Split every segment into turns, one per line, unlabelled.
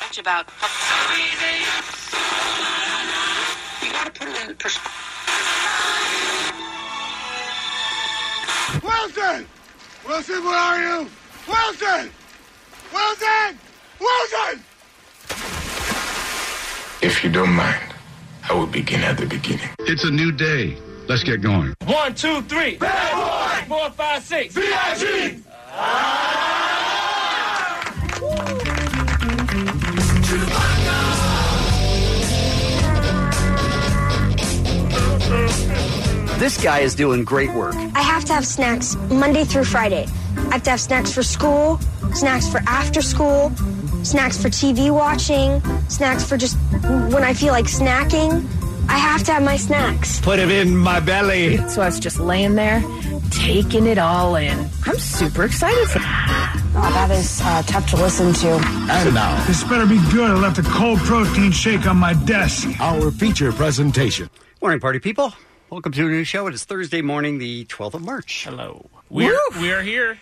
much about. You gotta put it in perspective.
Wilson! Wilson, where are you? Wilson! Wilson! Wilson!
If you don't mind, I will begin at the beginning.
It's a new day. Let's get going.
One, two, three. Bad boy. Four, five, six. VIG.
This guy is doing great work.
I have to have snacks Monday through Friday. I have to have snacks for school, snacks for after school, snacks for TV watching, snacks for just when I feel like snacking. I have to have my snacks.
Put it in my belly.
So I was just laying there, taking it all in. I'm super excited for.
Oh, that is uh, tough to listen to.
And now,
This better be good. I left a cold protein shake on my desk.
our feature presentation.
Morning, party people. Welcome to a new show. It is Thursday morning, the 12th of March.
Hello. We're
Woo!
we're here.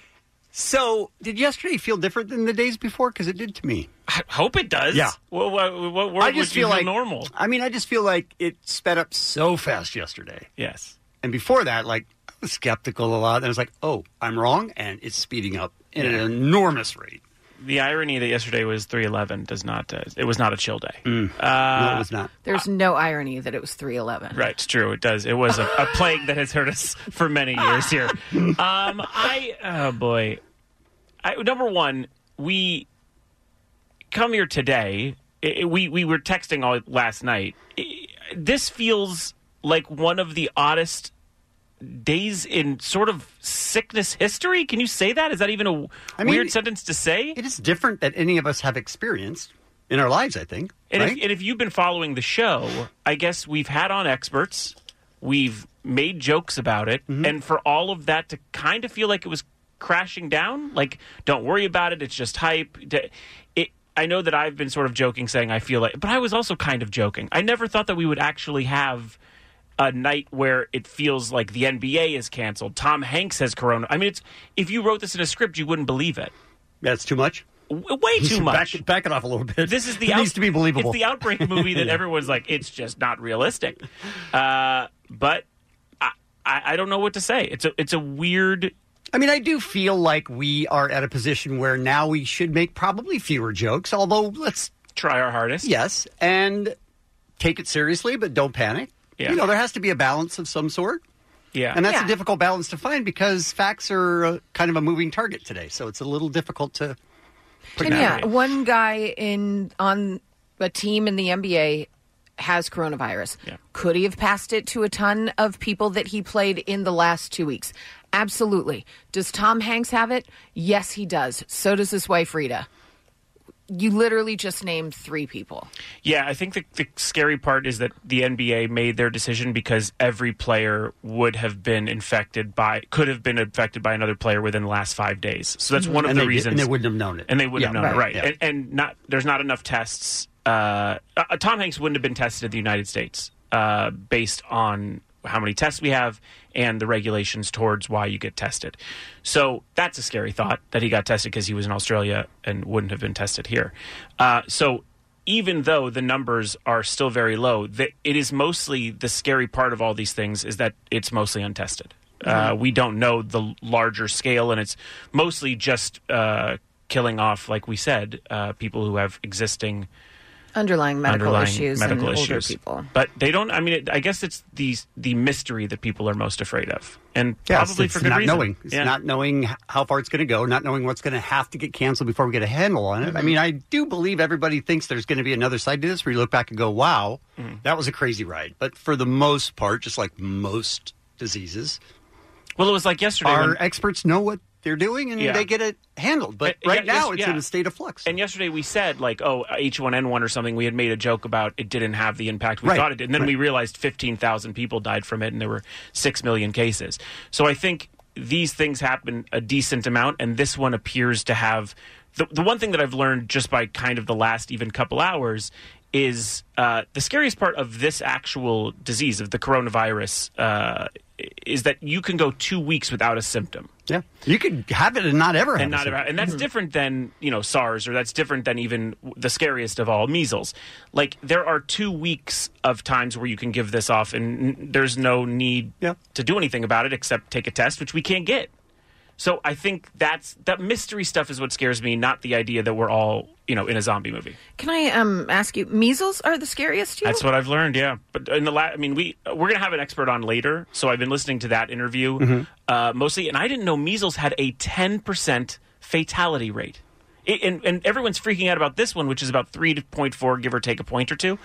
So, did yesterday feel different than the days before? Because it did to me.
I hope it does.
Yeah.
What what, what word
I just
would you
feel like
normal?
I mean, I just feel like it sped up so fast yesterday.
Yes.
And before that, like, I was skeptical a lot. And I was like, oh, I'm wrong. And it's speeding up at an enormous rate.
The irony that yesterday was three eleven does not. Uh, it was not a chill day.
Mm. no, it was not.
There's no irony that it was 311.
Right, it's true. It does. It was a, a plague that has hurt us for many years here. Um, I oh boy, I, number one, we come here today. I- I- we we were texting all last night. I- This feels like one of the oddest days in sort of sickness history. Can you say that? Is that even a
I mean,
weird sentence to say?
It is different that any of us have experienced in our lives, I think.
And,
right?
if, and if you've been following the show, I guess we've had on experts, we've made jokes about it,
Mm-hmm.
and for all of that to kind of feel like it was crashing down, like don't worry about it, it's just hype. d- It, I know that I've been sort of joking, saying I feel like, but I was also kind of joking. I never thought that we would actually have a night where it feels like the NBA is canceled, Tom Hanks has corona. I mean, it's if you wrote this in a script, you wouldn't believe it.
That's too much.
W- Way too much.
Back, back it off a little bit.
This is the
it
out-
needs to be believable.
It's the outbreak movie that everyone's like, it's just not realistic. Uh, but I, I, I don't know what to say. It's a it's a weird.
I mean, I do feel like we are at a position where now we should make probably fewer jokes, although let's,
Try our hardest.
yes, and take it seriously, but don't panic.
Yeah.
You know, there has to be a balance of some sort.
yeah.
And that's
Yeah.
a difficult balance to find because facts are uh, kind of a moving target today. So it's a little difficult to.
And
that
yeah,
way.
one guy in on a team in the NBA has coronavirus.
Yeah.
Could he have passed it to a ton of people that he played in the last two weeks? Absolutely. Does Tom Hanks have it? Yes, he does. So does his wife Rita. You literally just named three people.
Yeah, I think the, the scary part is that the NBA made their decision because every player would have been infected by, could have been infected by another player within the last five days. So that's one of
Mm-hmm. and
the
they,
reasons.
And they wouldn't have known it.
and they wouldn't
Yeah,
have known
right,
it, right? And, and not there's not enough tests. Uh, uh, Tom Hanks wouldn't have been tested in the United States uh, based on how many tests we have and the regulations towards why you get tested. So that's a scary thought that he got tested because he was in Australia and wouldn't have been tested here. Uh, so even though the numbers are still very low, that it is mostly the scary part of all these things is that it's mostly untested. Uh, we don't know the larger scale, and it's mostly just uh, killing off, like we said, uh, people who have existing
Underlying medical
underlying
issues
medical
and
issues.
older people.
But they don't. I mean, it, I guess it's the the mystery that people are most afraid of, and
Yeah, it's-
probably
it's
for good
not
reason.
knowing. It's
Yeah.
not knowing h- how far it's going to go, not knowing what's going to have to get canceled before we get a handle on it. I
Mhm.
mean, I do believe everybody thinks there's going to be another side to this where you look back and go, wow,
Mm-hmm.
that was a crazy ride. But for the most part, just like most diseases,
well, it was like yesterday.
our
when-
experts know what they're doing and
Yeah.
they get it handled. But right
Yeah,
now,
yes,
it's
yeah.
in a state of flux.
And yesterday we said like, oh, H1N1 or something. We had made a joke about it didn't have the impact we
Right,
thought it did, and then
right.
we realized 15,000 people died from it, and there were six million cases. So I think these things happen a decent amount, and this one appears to have the the one thing that I've learned just by kind of the last even couple hours. Is uh, the scariest part of this actual disease of the coronavirus uh, is that you can go two weeks without a symptom.
Yeah. You could have it and not ever have
and
it.
not about, and that's different than you know SARS or that's different than even w- the scariest of all measles. Like there are two weeks of times where you can give this off, and n- there's no need to do anything about it except take a test, which we can't get. So I think that's that mystery stuff is what scares me, not the idea that we're all you know in a zombie movie.
Can I um ask you? Measles are the scariest. to You?
That's what I've learned. Yeah, but in the la- I mean, we we're gonna have an expert on later, so I've been listening to that interview
Mm-hmm.
Mhm.
uh, mostly, and I didn't know measles had a ten percent fatality rate. It, and, and everyone's freaking out about this one, which is about three point four, give or take a point or two.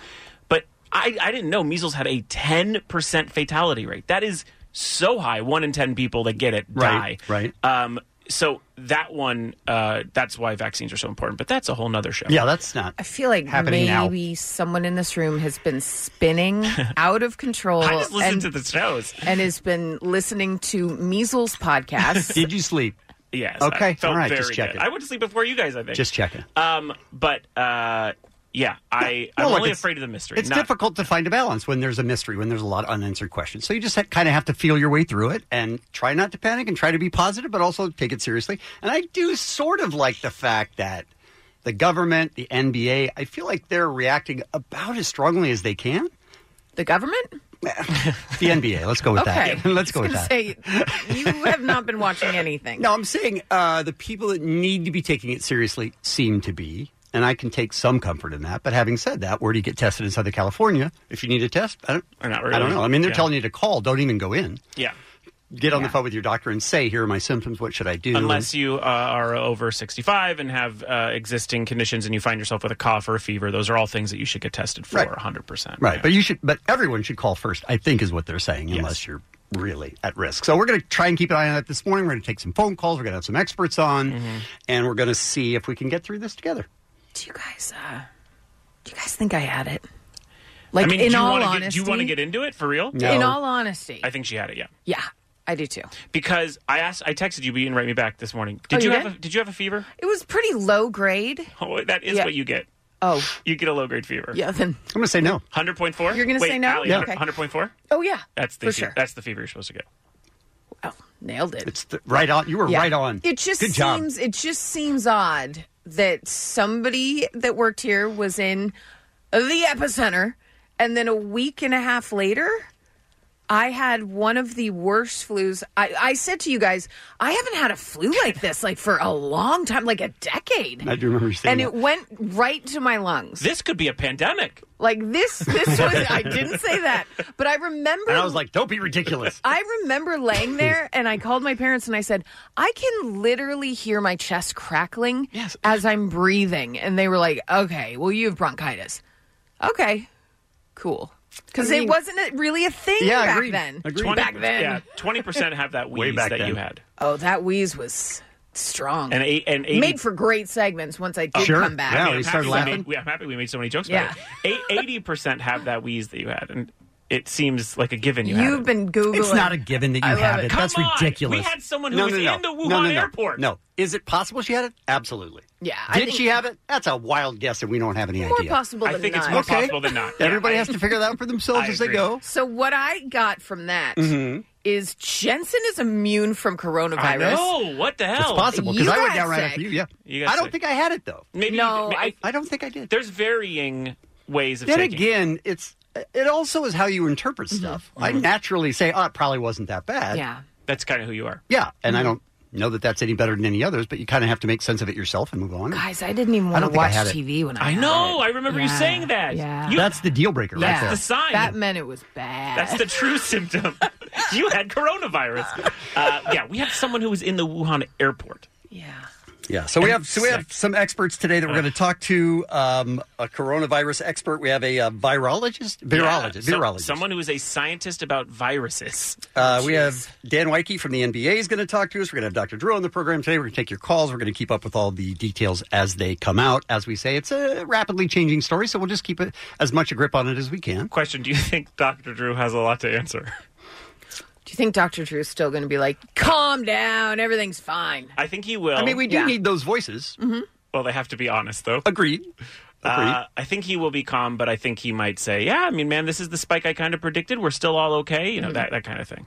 But I, I didn't know measles had a ten percent fatality rate. That is so high. One in ten people that get it die.
Right,
Right. Um, so that one, uh, that's why vaccines are so important. But that's a whole nother show.
Yeah, that's not.
I feel like
Happening now.
maybe someone in this room has been spinning out of control
I just listened
and,
to the shows.
and has been listening to measles podcasts.
Did you sleep?
Yes.
Okay.
I felt
All right.
Very
Just checking.
good. I went to sleep before you guys. I think.
Just checking.
Um, but uh, yeah, I
No,
I'm
look,
only
it's-
afraid of the mystery.
It's
not-
difficult to find a balance when there's a mystery, when there's a lot of unanswered questions. So you just ha- kind of have to feel your way through it and try not to panic and try to be positive, but also take it seriously. And I do sort of like the fact that the government, the NBA, I feel like they're reacting about as strongly as they can.
The government?
The NBA. Let's go with that.
Okay.
Let's go
I
with
was
that.
gonna Say, you have not been watching anything.
No, I'm saying uh, the people that need to be taking it seriously seem to be, and I can take some comfort in that. But having said that, where do you get tested in Southern California if you need a test? I don't, I don't
really.
know. I mean, they're
Yeah.
telling you to call. Don't even go in.
Yeah.
Get on the phone with your doctor and say, "Here are my symptoms. What should I do?"
Unless you uh, are over 65 and have uh, existing conditions, and you find yourself with a cough or a fever, those are all things that you should get tested for.
Right.
100. percent
Right, but you should, but everyone should call first. I think is what they're saying, unless you're really at risk. So we're going to try and keep an eye on that this morning. We're going to take some phone calls. We're going to have some experts on,
Mm-hmm.
and we're going to see if we can get through this together.
Do you guys? Uh, do you guys think I had it? Like
I mean,
in
do you
all
wanna
honesty,
get, do you want to get into it for real?
In all honesty,
I think she had it. Yeah.
yeah, I do too.
Because I asked, I texted you, but you didn't write me back this morning. Did
Oh,
you,
you
have?
did?
A, did you have a fever?
It was pretty low grade.
Oh, that is
Yeah.
what you get.
Oh,
You get a low grade fever.
Yeah, then-
I'm going to say no.
100.4.
You're gonna
Wait,
say no?
Allie,
Yeah.
100.4.
oh yeah,
That's the
for
fe-
sure.
that's the fever you're supposed to get.
Nailed it.
It's the, right on. You were
Yeah.
right on.
It just
Good job.
seems it just seems odd that somebody that worked here was in the epicenter and then a week and a half later I had one of the worst flus. I, I said to you guys, I haven't had a flu like this like for a long time, like a decade.
I do remember you
And
saying that.
it went right to my lungs.
This could be a pandemic.
Like this this was I didn't say that. But I remember
And I was like, don't be ridiculous.
I remember laying there and I called my parents and I said, I can literally hear my chest crackling as I'm breathing. And they were like, okay, well, you have bronchitis. Okay, cool. Because
I
it
mean-
wasn't a- really a thing back then. Back then.
Yeah, 20% have that
Way
wheeze
back
that
then.
you had.
Oh, that wheeze was strong.
And eight- and eighty-
Made for great segments once I did come back.
I mean, I'm happy we made- we- I'm happy we made so many jokes about it. Eighty percent have that wheeze that you had, and it seems like a given you, had
You've
it.
been Googling.
It's not a given that you
I love
have it.
it.
That's
Come on!
ridiculous.
We had someone who was in the Wuhan
no, no, no.
airport.
No. Is it possible she had it? Absolutely.
Yeah, I
Did
think-
she have it? That's a wild guess, and we don't have any
more
idea.
possible I than think it's not. more
Okay.
possible
than not.
Everybody
Yeah, I-
has to figure that out for themselves as they go.
So what I got from that is
Mhm.
Jensen is immune from coronavirus.
I
Oh,
know what the hell.
It's possible because
You
I went
got
down right
sick.
after you. Yeah.
You got
I don't
sick.
think I had it though.
Maybe
No,
I,
I don't think I did.
There's varying ways of
Then
taking. it.
again, it's it also is how you
Mm-hmm.
interpret stuff. I naturally say, "Oh, it probably wasn't that bad."
that's kind of who you are.
Mm-hmm.
Yeah, and I don't know that that's any better than any others, but you kind of have to make sense of it yourself and move on.
Guys, I didn't even
I
want to
don't think I
watch
had it.
TV when I.
I
had
know,
it.
I remember you
Yeah.
saying that.
Yeah.
You-
that's the deal breaker
Yeah.
right there.
That meant it was bad.
That's the true symptom. you had coronavirus. Uh, yeah, we have someone who was in the Wuhan airport.
Yeah. So we have so we have some experts today that we're going to talk to. Um, a coronavirus expert. We have a uh, virologist. Virologist.
Yeah, so-
virologist.
someone who is a scientist about viruses.
Oh,
Uh, we have Dan Wyke from the NBA is going to talk to us. We're going to have Dr. Drew on the program today. We're going to take your calls. We're going to keep up with all the details as they come out. As we say, it's a rapidly changing story, so we'll just keep it, as much a grip on it as we can.
Question Do you think Dr. Drew has a lot to answer?
Do you think Dr. Drew is still going to be like, calm down, everything's fine?
I think he will.
I mean, we do Yeah. need
those voices.
Mhm.
Well, they have to be honest, though.
Agreed.
Uh, I think he will be calm, but I think he might say, "Yeah, I mean, man, this is the spike I kind of predicted. We're still all okay,"
Mm.
you know, that that kind of thing.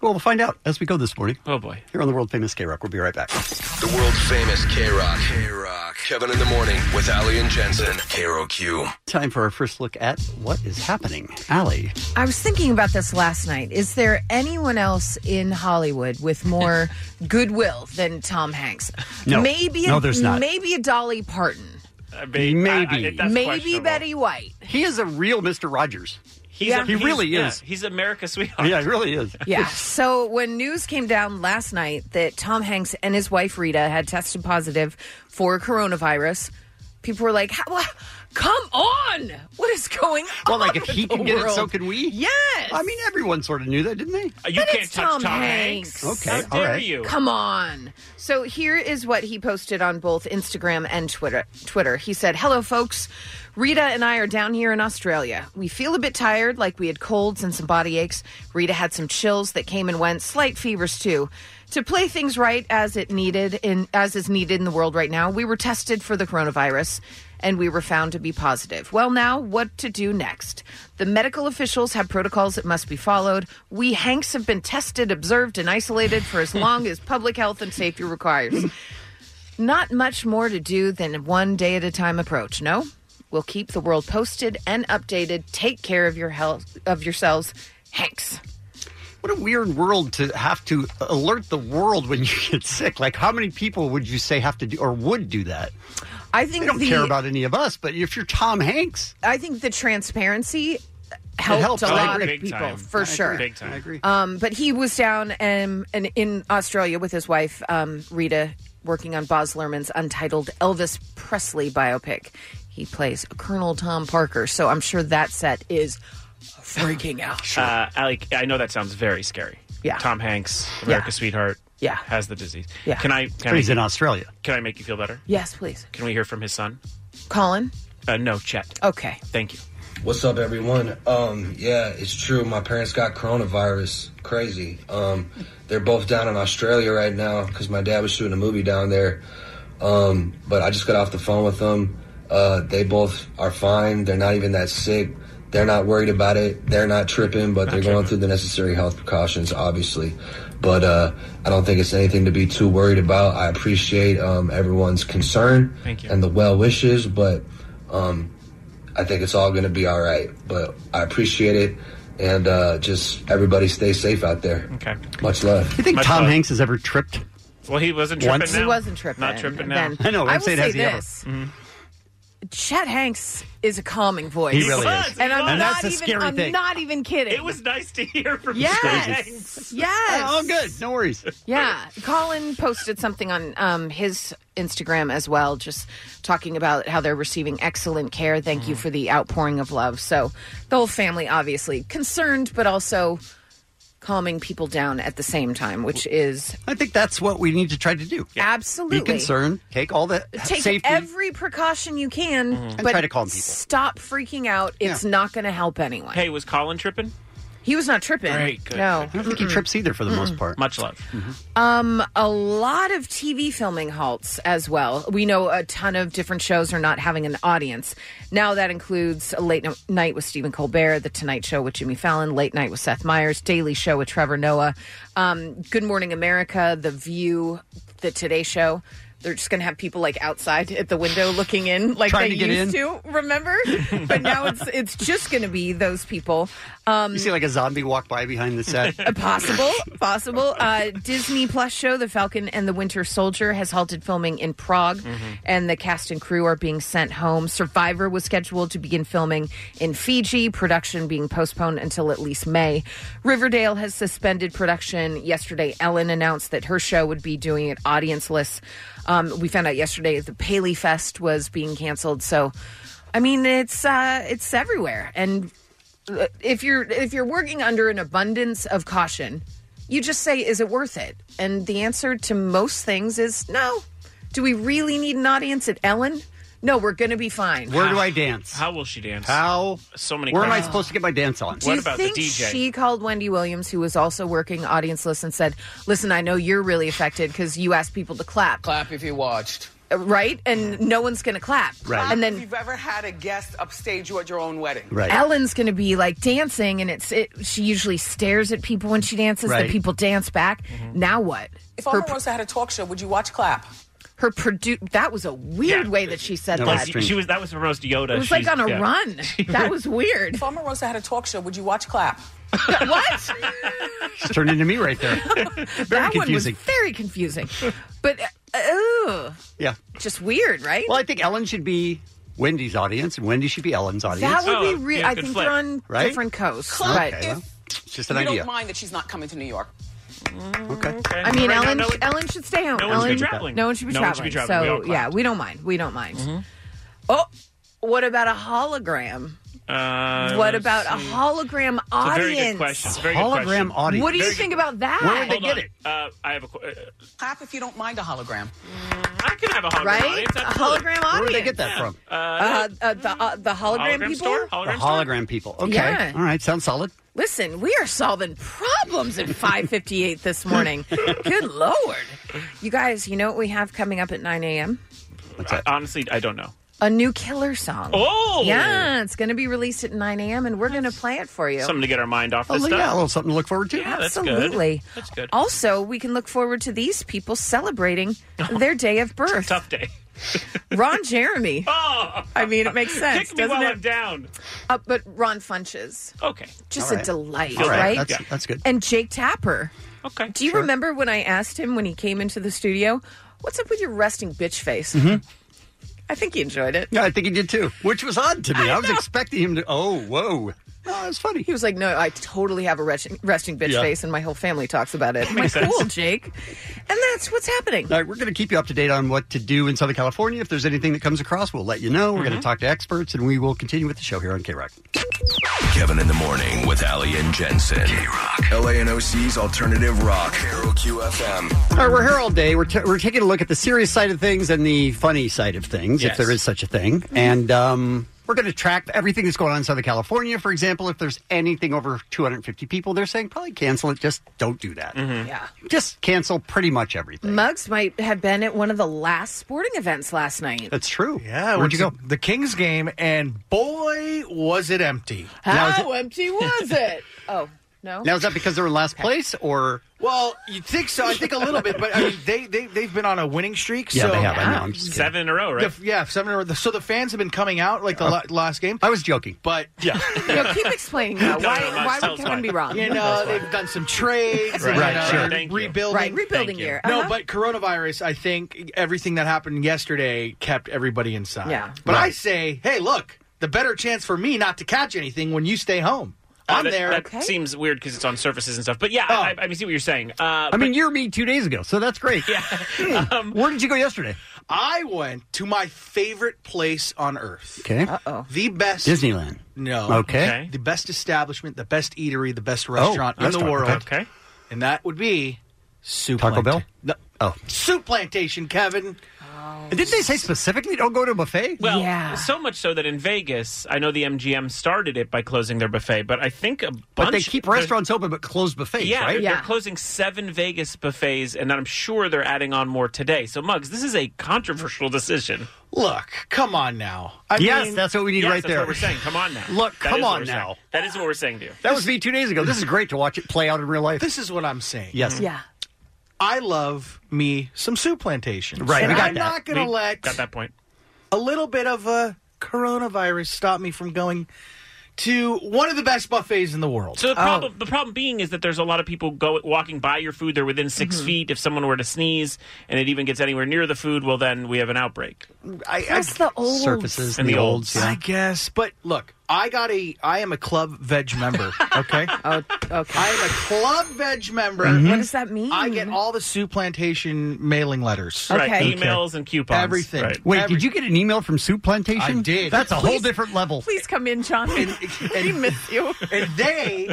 Well, we'll find out as we go this morning.
Oh, boy.
Here on the world famous K Rock. We'll be right back.
The world famous K Rock. K Rock. Kevin in the morning with Ali and Jensen. KROQ.
Time for our first look at what is happening. Allie.
I was thinking about this last night. Is there anyone else in Hollywood with more goodwill than Tom Hanks?
No.
Maybe a,
No, there's not.
Maybe a Dolly Parton.
Uh,
Maybe.
maybe Betty White.
He is a real Mr. Rogers.
He's
Yeah.
a-
He
he's-
really
yeah,
is.
he's America's sweetheart.
Yeah, he really is.
Yeah. So when news came down last night that Tom Hanks and his wife Rita had tested positive for coronavirus, people were like, "How- wha- "Come on, what is going on?"
Well, like if he
in the
can get it, so
world?"
can we.
Yes.
I mean, everyone sort of knew that, didn't they?
You But can't it's touch Tom Tom Hanks. Hanks.
Okay, all right.
Come on. So here is what he posted on both Instagram and Twitter. Twitter. He said, "Hello, folks. Rita and I are down here in Australia. We feel a bit tired, like we had colds and some body aches. Rita had some chills that came and went, slight fevers too." To play things right as it needed in as is needed in the world right now, we were tested for the coronavirus and we were found to be positive. Well, now what to do next? The medical officials have protocols that must be followed. We Hanks have been tested, observed, and isolated for as long as public health and safety requires. Not much more to do than a one day at a time approach, no? We'll keep the world posted and updated. Take care of your health of yourselves, Hanks.
What a weird world to have to alert the world when you get sick. Like, how many people would you say have to do or would do that?
I think
they don't
the-
care about any of us, but if you're Tom Hanks,
I think the transparency
It
helped,
helps.
a
I
lot of
agree.
people
Big time.
for
I agree.
sure.
Big time. I agree.
Um, but he was down um, and in Australia with his wife um, Rita, working on Boz Luhrmann's untitled Elvis Presley biopic. He plays Colonel Tom Parker, so I'm sure that set is freaking out.
Uh, Alec, I know that sounds very scary.
Yeah.
Tom Hanks, America's sweetheart.
Yeah.
Has the disease.
Yeah.
Can I? Can
But
I
he's in Australia.
Can I make you feel better?
Yes, please,
Can we hear from his son?
Colin.
Uh, no, Chet.
Okay.
Thank you.
What's up, everyone? Um, yeah, it's true. My parents got coronavirus. Crazy. Um, they're both down in Australia right now because my dad was shooting a movie down there. Um, but I just got off the phone with them. Uh, they both are fine. They're not even that sick. They're not worried about it. They're not tripping, but they're going through the necessary health precautions, obviously. But uh, I don't think it's anything to be too worried about. I appreciate um, everyone's concern
Thank you.
and the well wishes, but um, I think it's all going to be all right. But I appreciate it, and uh, just everybody stay safe out there.
Okay.
Much love.
You think
Much
Tom
love.
Hanks has ever tripped?
Well, he wasn't tripping
Once?
now.
He wasn't tripping.
Not tripping now. Mm-hmm.
Then-
I know.
I
I'm
will
saying
say
has he ever?
this. Chet Hanks is a calming voice.
He really is.
and I'm
And
not
that's the
even.
scary
I'm
thing.
not even kidding. It
was nice to hear from
yes, yes.
Oh, good. No worries.
Yeah, Colin posted something on um, his Instagram as well, just talking about how they're receiving excellent care. Thank
Mm.
you for the outpouring of love. So the whole family, obviously concerned, but also calming people down at the same time, which is
I think that's what we need to try to do.
absolutely
Be concerned. Take all the
Take
safety.
every precaution you can,
Mhm. And
but
try to calm people.
Stop freaking out. It's not going to help anyone.
Hey, was Colin tripping?
He was not tripping.
Great, good,
no,
good, good, good.
he trips either for the most
Mm-mm.
part.
Much love.
Um, a lot of TV filming halts as well. We know a ton of different shows are not having an audience. Now that includes a late No- night with Stephen Colbert, The Tonight Show with Jimmy Fallon, Late Night with Seth Meyers, Daily Show with Trevor Noah, um, Good Morning America, The View, The Today Show. They're just going to have people like outside at the window looking in, like
Trying
they
to get
used
in.
to. Remember? but now it's it's just going to be those people. Um,
You see like a zombie walk by behind the set.
uh, possible, possible. Uh, Disney Plus show The Falcon and the Winter Soldier has halted filming in Prague, and the cast and crew are being sent home. Survivor was scheduled to begin filming in Fiji, production being postponed until at least May. Riverdale has suspended production. Yesterday, Ellen announced that her show would be doing it audienceless. Um, we found out yesterday that the Paley Fest was being canceled. So, I mean, it's uh, it's everywhere, and if you're if you're working under an abundance of caution, you just say, "Is it worth it?" And the answer to most things is no. Do we really need an audience at Ellen? No, we're going to be fine.
Where do I dance?
How will she dance?
How?
So many
Where am I
questions.
supposed to get my dance on?
Do you think she called Wendy Williams, who was also working audienceless, and said, "Listen, I know you're really affected because you asked people to clap, Uh,
Clap if you watched.
right? And no one's going to clap,
Clap
And
if
then
you've ever had a guest upstage you at your own wedding.
Ellen's going to be like dancing, and it's it, she usually stares at people when she dances.
Right.
The people dance back. Now what?
If
Her
Oprah Winfrey had a talk show, would you watch Clap?
her produ that was a weird way that she said
Plus,
that.
she was that was her most Yoda.
it was
She's-
like on a
yeah.
run. That was weird.
If Omarosa had a talk show, would you watch Clap?
what?
She's turned into me right there. Very
that
confusing.
one was very confusing. But uh, ooh,
yeah.
just weird, right?
Well, I think Ellen should be Wendy's audience, and Wendy should be Ellen's audience.
That
Oh,
would be real. I think they're on
Right?
different coasts.
Okay,
but
well, it's just an
you
idea.
don't mind that she's not coming to New York.
Okay.
I mean,
Right now,
Ellen.
no one-
Ellen should stay home.
no one should
Ellen,
be traveling.
No one should be
No one should
traveling.
be traveling. We all
So
clapped.
yeah, we don't mind. We don't mind. Oh, what about a hologram?
Uh,
what
let's
about a
see.
hologram
It's a
audience?
very good question. It's a very good
Hologram
question.
audience.
What do you
Very
think
good-
about that? Where would they
Hold
get
on. Uh, I have a. qu- uh, Mm,
Clap if you don't mind a hologram.
I can have a hologram
Right?
audience.
A
absolutely.
hologram Where would they audience. get
that from?
Uh,
Uh, uh, the uh, the hologram, people.
the hologram people. Okay.
Yeah.
All right. Sounds solid.
Listen, we are solving problems at 5:58 this morning. Good lord, you guys! You know what we have coming up at 9 a.m.
I- honestly, I don't know.
A new killer song.
Oh!
yeah, it's going to be released at 9 a.m. and we're going to play it for you.
Something to get our mind off
Oh,
this
yeah,
stuff.
a little
something to look forward to.
Yeah, that's good.
Absolutely.
That's good.
Also, we can look forward to these people celebrating their day of birth. Tough
day.
Ron Jeremy.
Oh,
I mean, it makes sense.
Kick me
doesn't
while
it?
I'm down.
Uh, but Ron Funches.
Okay.
Just
All
a
right.
delight,
All right,
right?
that's- Yeah. that's good.
And Jake Tapper.
Okay.
Do you remember when I asked him when he came into the studio, what's up with your resting bitch face?
Mm-hmm.
I think he enjoyed it.
Yeah, I think he did too, which was odd to me. I, was expecting him to. Oh, whoa. No, it's funny.
He was like, "No, I totally have a resting, resting bitch
Yeah.
face, and my whole family talks about it." I'm like,
Makes sense.
cool, Jake. And that's what's happening.
All right, we're going to keep you up to date on what to do in Southern California. If there's anything that comes across, we'll let you know. We're going
Mm-hmm.
to talk to experts, and we will continue with the show here on K Rock.
Kevin in the morning with Ali and Jensen. K-Rock. LA and OC's alternative rock. Carol QFM.
All right, we're here all day. We're, t- we're taking a look at the serious side of things and the funny side of things, if
Yes.
there is such a thing.
Mm-hmm.
And um, we're going to track everything that's going on in Southern California. For example, if there's anything over 250 people, they're saying probably cancel it. Just don't do that.
Yeah.
Just cancel pretty much everything.
Muggs might have been at one of the last sporting events last night.
That's true.
Yeah.
Where'd
went
you
to The Kings game, and boy, was it empty.
How empty was it? Oh no.
Now, is that because they're in last place, or
Well, you think so? I think a little bit, but I mean, they they they've been on a winning streak.
Yeah,
so.
they have. I know. I'm just kidding.
Seven in a row, right?
The- yeah, seven. in a row. So the fans have been coming out like the
Oh.
la- last game.
I was joking,
but
yeah,
No, keep explaining that.
No,
Why,
no, no,
why
tell
would
us
Kevin
why.
be wrong?
You know, they've done some trades.
Right,
you
right,
know,
sure.
they're
Thank you.
Rebuilding.
Right, rebuilding Thank you. year. Uh-huh.
No, but coronavirus, I think everything that happened yesterday kept everybody inside.
Yeah.
But I say, hey, look, the better chance for me not to catch anything when you stay home.
Uh,
I'm
that,
there.
That seems weird because it's on surfaces and stuff. But
Oh.
yeah, I, I, I mean, see what you're saying. Uh,
I mean, you're me two days ago, so that's great. Yeah. Where did you go yesterday?
I went to my favorite place on earth.
Okay.
Uh-oh. The best
Disneyland.
No.
Okay. Okay.
The best establishment, the best eatery, the best restaurant in the
restaurant,
world.
okay.
And that would be Soup
Taco Bell?
No.
Oh.
Soup Plantation, Kevin.
Didn't they say specifically don't go to a buffet?
Well, so much so that in Vegas, I know the MGM started it by closing their buffet, but I think a bunch.
But they keep restaurants open but close buffets,
Yeah,
right?
They're, they're closing seven Vegas buffets, and I'm sure they're adding on more today. So, Muggs, this is a controversial decision.
Look, come on now. I
yes,
mean-
that's what we need
Yes,
right
that's
there.
What we're saying, come on now.
Look,
That
come
is what
on
we're saying.
now.
That is what we're saying to you.
That was me two days ago. This is great to watch it play out in real life.
This is what I'm saying.
Yes.
Yeah.
I love me some Sioux plantations.
Right,
And
we got
I'm
that.
not going to
We
let
got that
point.
A little bit of a coronavirus stop me from going to one of the best buffets in the world.
Oh.
So the problem, the problem being is that there's a lot of people go walking by your food. They're within 6
Mm-hmm.
feet. If someone were to sneeze and it even gets anywhere near the food, well, then we have an outbreak.
I,
Plus
I,
the olds. Surfaces and the olds, yeah.
I guess. But look, I got a. I am a club veg member. Okay.
oh, okay.
I am a club veg member.
Mhm. What does that mean?
I get all the Sioux Plantation mailing letters,
Right, Okay. emails and coupons.
everything.
Right.
Wait, did you get an email from Soup Plantation?
I did.
That's a whole
Please-
different level.
Please come in, John. we miss you.
And they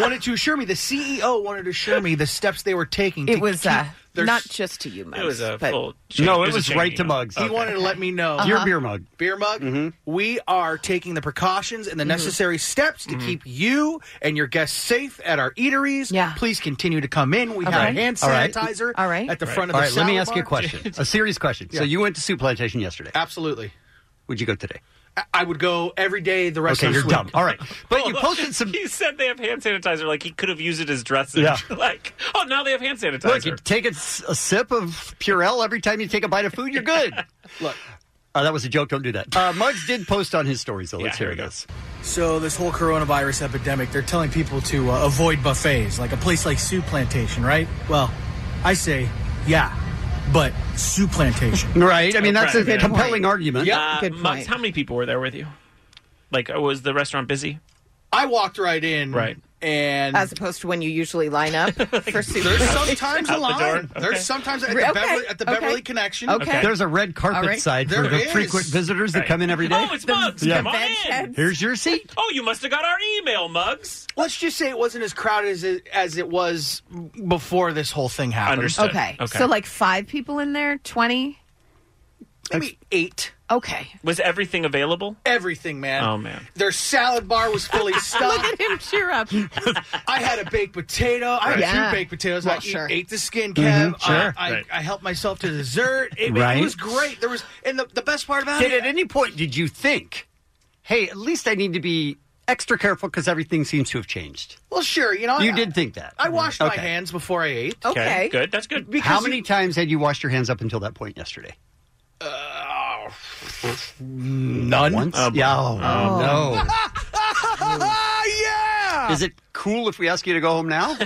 wanted to assure me. The CEO wanted to assure me the steps they were taking.
It
to
was
keep
uh,
their
not
s-
just to you, Muggs.
It was a
but- Uh-huh.
full-
No, it
It was a
was
chain
right to
email.
Mugs.
He wanted to let me know
Your beer mug. Mm-hmm.
Beer mug. We are taking the precautions and the necessary steps
Mm-hmm.
to keep you and your guests safe at our eateries. Yeah. Please continue to come in. We have hand sanitizer. At the front of
All
the
right, let me
salad
ask you a
bar.
question. a serious question. So
Yeah.
you went to Soup Plantation yesterday.
Absolutely.
Would you go today?
I- I would go every day the rest
Okay,
of
you're
this week.
dumb. All right.
But you posted some. He said they have hand sanitizer. Like he could have used it as dressing.
Yeah.
like oh, now they have hand sanitizer.
Look, you take a, s- a sip of Purell every time you take a bite of food, you're good.
Look.
Uh, that was a joke. Don't do that. Uh, Muggs did post on his story, so let's
Yeah,
hear
here we
this.
So this whole coronavirus epidemic, they're telling people to uh, avoid buffets, like a place like Sioux Plantation, right? Well, I say, yeah, but Sioux Plantation,
right?
Yeah.
Yeah,
Uh, Muggs, how many people were there with you? Like, uh, was the restaurant busy?
I walked right in,
Right.
and
as opposed to when you usually line up for soup.
there's sometimes a
Out the
line.
door.
There's
Okay.
sometimes at the,
Okay.
Beverly, at the
Okay.
Beverly Connection.
Okay.
There's a red carpet
All right.
side for
There
the
is.
frequent visitors that
Right.
come in every day.
Oh, it's Muggs.
Yeah.
Come on in.
Here's your seat.
Oh, you must have got our email, Mugs.
Let's just say it wasn't as crowded as it, as it was before this whole thing happened.
Okay. So like five people in there, twenty.
Maybe eight.
Okay.
Was everything available?
Everything, man.
Oh man.
Their salad bar was fully stuffed.
Look at him cheer up.
I had a baked potato. I had
Yeah.
two baked potatoes.
Well,
I eat-
sure.
ate the skin, Kev.
Mhm, sure.
I, I,
Right.
I helped myself to dessert. It,
Right.
it was great. There was, and the, the best part about
Did
it,
at any point did you think, hey, at least I need to be extra careful because everything seems to have changed?
well, sure, you know,
you
I,
did think that.
Oh, I washed my
Okay.
hands before I ate. Because
How many times had you washed your hands up until that point yesterday?
Oh,
None.
Once? yeah. Oh,
Oh.
no.
yeah.
Is it cool if we ask you to go home now?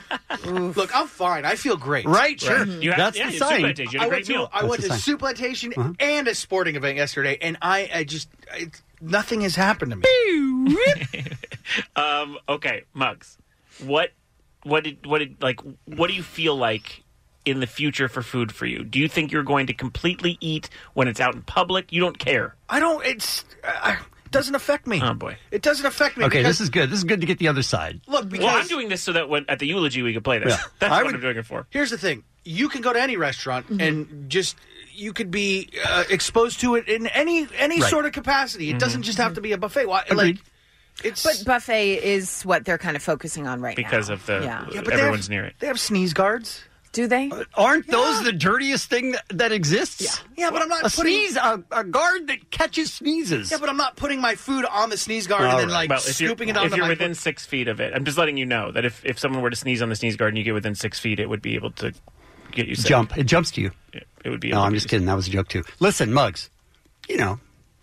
Look, I'm fine. I feel great.
Right, sure. You had- That's yeah, the you had soup sign. plantation. You had a
I
great
went to
meal.
I
That's
went
the
to
sign.
soup plantation
Uh-huh.
and a sporting event yesterday, and I, I just I, nothing has happened to me.
Um, okay, Mugs. What what did what did like what do you feel like in the future for food for you? Do you think you're going to completely eat when it's out in public? You don't care.
I don't. It's uh, it doesn't affect me.
Oh boy.
It doesn't affect me.
Okay,
because,
this is good. This is good to get the other side.
look because
well, I'm doing this so that when at the eulogy we can play this.
Yeah.
That's
I
what
would-
I'm doing it for.
Here's the thing: you can go to any restaurant
Mm-hmm.
and just you could be uh, exposed to it in any any
Right.
sort of capacity. It
Mm-hmm.
doesn't just have to be a buffet. Why, like, it's
but buffet is what they're kind of focusing on right
Because
now.
of the-
yeah.
but they
everyone's
have-
near it.
They have sneeze guards. Uh,
Do they?
Aren't those the dirtiest thing that, that exists? Yeah.
Yeah, but I'm not
a
putting-
sneeze, a, a guard that catches sneezes.
Yeah, but I'm not putting my food on the sneeze guard and then like
Well, if you're,
scooping it
if
onto
you're
my
within six feet of it, I'm just letting you know that if, if someone were to sneeze on the sneeze guard and you get within six feet, it would be able to get you sick.
Jump. It jumps to you.
It would be.
No, I'm just kidding. That was a joke too. Listen, Muggs. You know,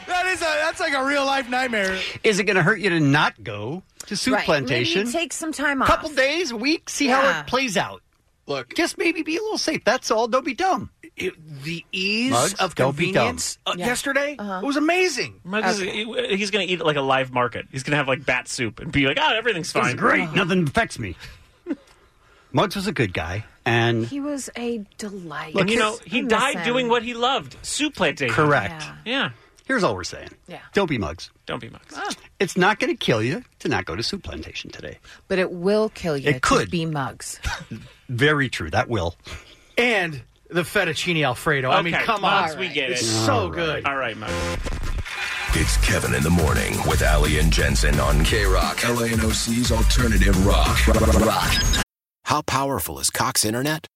That is a that's like a real life nightmare.
is it going to hurt you to not go to soup
Right.
plantation?
Maybe take some time off.
couple days, a week, see how
Yeah.
it plays out.
Look,
just maybe be a little safe. That's all. Don't be dumb.
the ease
Muggs,
of
don't be dumb.
convenience uh, yesterday
Uh-huh.
it was amazing.
Muggs is- he- he's going to eat it like a live market. He's going to have like bat soup and be like, "Oh, everything's
This
fine,
is great. Nothing affects me. Muggs was a good guy, and
He was a delight.
and you know, he
I miss
died
him.
doing what he loved, soup plantation.
Correct.
Yeah.
here's all we're saying.
Yeah.
Don't be Muggs.
Don't be Muggs.
It's not going to kill you to not go to soup plantation today.
But it will kill you.
It
to
could.
be mugs.
Very true. That will.
And the fettuccine alfredo. I mean,
Okay,
come
Muggs,
on,
we get
it's
it.
so good.
All right, Muggs.
It's Kevin in the Morning with Ali and Jensen on K Rock, LANOC's alternative rock. rock, rock, rock.
How powerful is Cox Internet?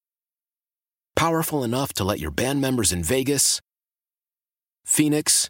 Powerful enough to let your band members in Vegas, Phoenix,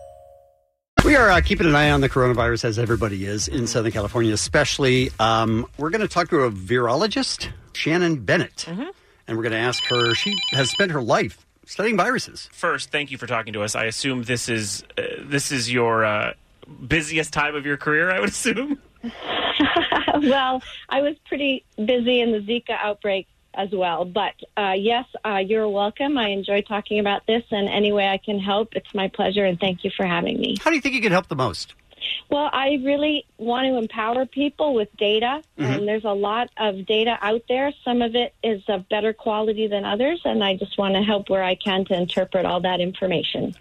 We are uh, keeping an eye on the coronavirus as everybody is in Southern California, especially. Um, we're going to talk to a virologist, Shannon Bennett, and we're going to ask her. She has spent her life studying viruses.
First, thank you for talking to us. I assume this is uh, this is your uh, busiest time of your career. I would assume.
well, I was pretty busy in the Zika outbreak as well. But uh, yes, uh, you're welcome. I enjoy talking about this, and any way I can help, it's my pleasure, and thank you for having me.
How do you think you can help the most?
Well, I really want to empower people with data,
Mm-hmm.
Mhm.
and there's a lot of data out there. Some of it is of better quality than others, and I just want to help where I can to interpret all that information.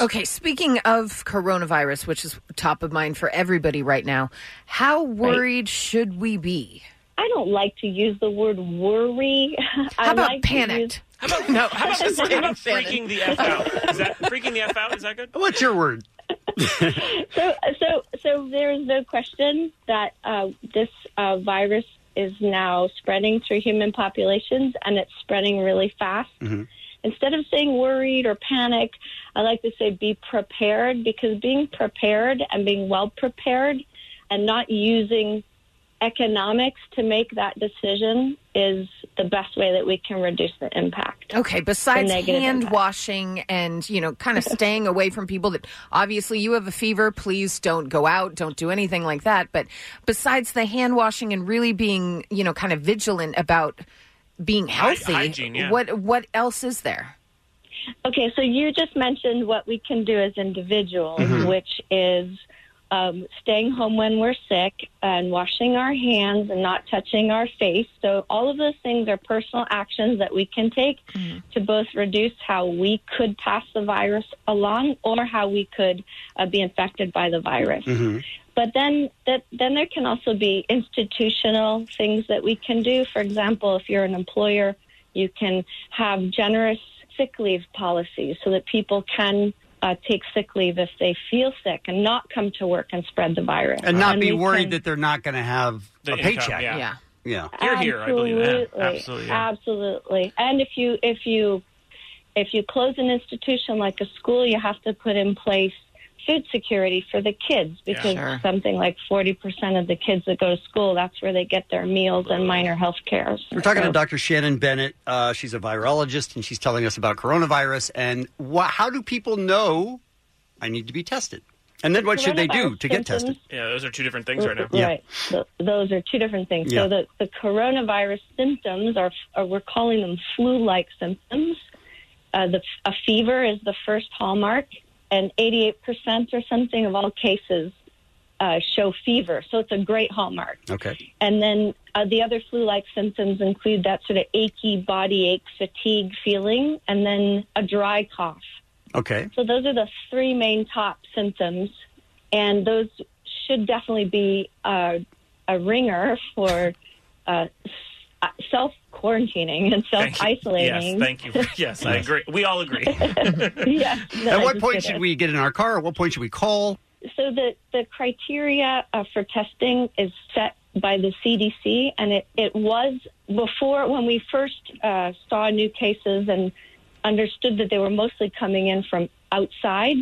Okay, speaking of coronavirus, which is top of mind for everybody right now, how worried should we be?
I don't like to use the word worry.
How about panicked?
How
about, no, how about, just, how about freaking the f out? Is that freaking the f out? Is that good?
What's your word?
so, so, so there is no question that uh, this uh, virus is now spreading through human populations, and it's spreading really fast.
Mm-hmm.
Instead of saying worried or panic, I like to say be prepared because being prepared and being well prepared and not using economics to make that decision is the best way that we can reduce the impact.
Okay, besides
The negative
hand
impact.
washing and, you know, kind of staying away from people that obviously you have a fever, please don't go out, don't do anything like that. But besides the hand washing and really being, you know, kind of vigilant about being
Hy-
healthy,
hygiene, yeah.
what what else is there?
Okay, so you just mentioned what we can do as individuals,
Mhm.
which is um, staying home when we're sick and washing our hands and not touching our face. So, all of those things are personal actions that we can take to both reduce how we could pass the virus along or how we could uh, be infected by the virus.
Mm-hmm.
But then, that, then there can also be institutional things that we can do. For example, if you're an employer, you can have generous sick leave policies so that people can uh, take sick leave if they feel sick and not come to work and spread the virus.
And not be
we
worried
can-
that they're not going to have
The
a
income,
paycheck.
yeah. Yeah.
Yeah.
Absolutely. Absolutely. And if you if you if you close an institution like a school, you have to put in place food security for the kids because
Sure.
something like 40% of the kids that go to school, that's where they get their meals and minor health cares.
We're talking
So-
to Dr. Shannon Bennett. Uh, she's a virologist, and she's telling us about coronavirus and wha- how do people know I need to be tested? And then what should they do
Coronavirus
to get
symptoms.
tested?
Yeah, those are two different things right now.
Right. Th- those are two different things.
Yeah.
So the, the coronavirus symptoms are, are, we're calling them flu like symptoms. Uh, the, a fever is the first hallmark, and 88% or something of all cases uh, show fever. So it's a great hallmark.
Okay.
And then uh, the other flu like symptoms include that sort of achy body ache, fatigue feeling, and then a dry cough.
Okay.
So those are the three main top symptoms, and those should definitely be uh, a ringer for uh, self quarantining and self
Yes,
isolating.
thank you. Yes, I agree. We all agree.
yeah.
At what point should we get in our car? At what point should we call?
So the the criteria uh, for testing is set by the CDC, and it it was before when we first uh, saw new cases and understood that they were mostly coming in from outside.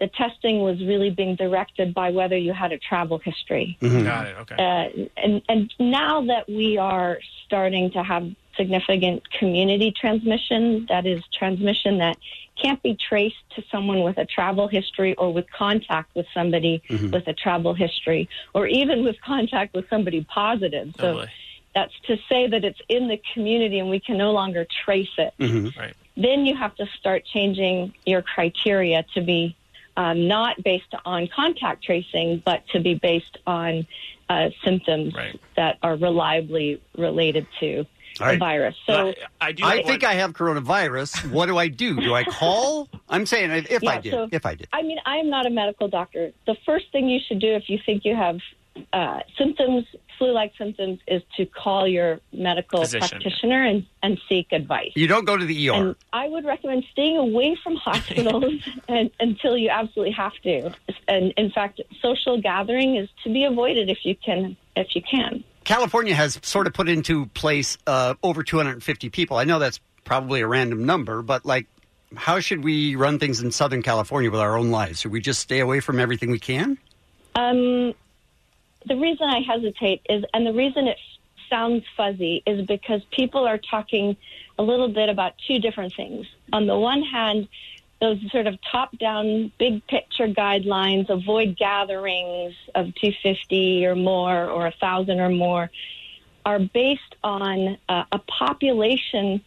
The testing was really being directed by whether you had a travel history.
Mm-hmm.
Got it. Okay.
Uh, and, and now that we are starting to have significant community transmission, that is, transmission that can't be traced to someone with a travel history or with contact with somebody
Mhm.
with a travel history or even with contact with somebody positive. So
boy.
that's to say that it's in the community and we can no longer trace it.
Mm-hmm.
Right.
then you have to start changing your criteria to be um, not based on contact tracing, but to be based on uh, symptoms that are reliably related to
All right.
the virus. So
I,
do want-
think I have coronavirus. What do I do? Do I call? I'm saying if, if I
Yeah,
did.
so-
if I did.
I mean, I am not a medical doctor. The first thing you should do if you think you have uh, symptoms, flu like symptoms, is to call your medical
Physician.
practitioner and, and seek advice.
You don't go to the ER.
And I would recommend staying away from hospitals and, until you absolutely have to. And in fact, social gathering is to be avoided if you can. If you can.
California has sort of put into place uh, over 250 people. I know that's probably a random number, but like, how should we run things in Southern California with our own lives? Should we just stay away from everything we can?
Um, the reason I hesitate is, and the reason it sounds fuzzy is because people are talking a little bit about two different things. On the one hand, those sort of top down, big picture guidelines avoid gatherings of 250 or more or 1,000 or more are based on uh, a population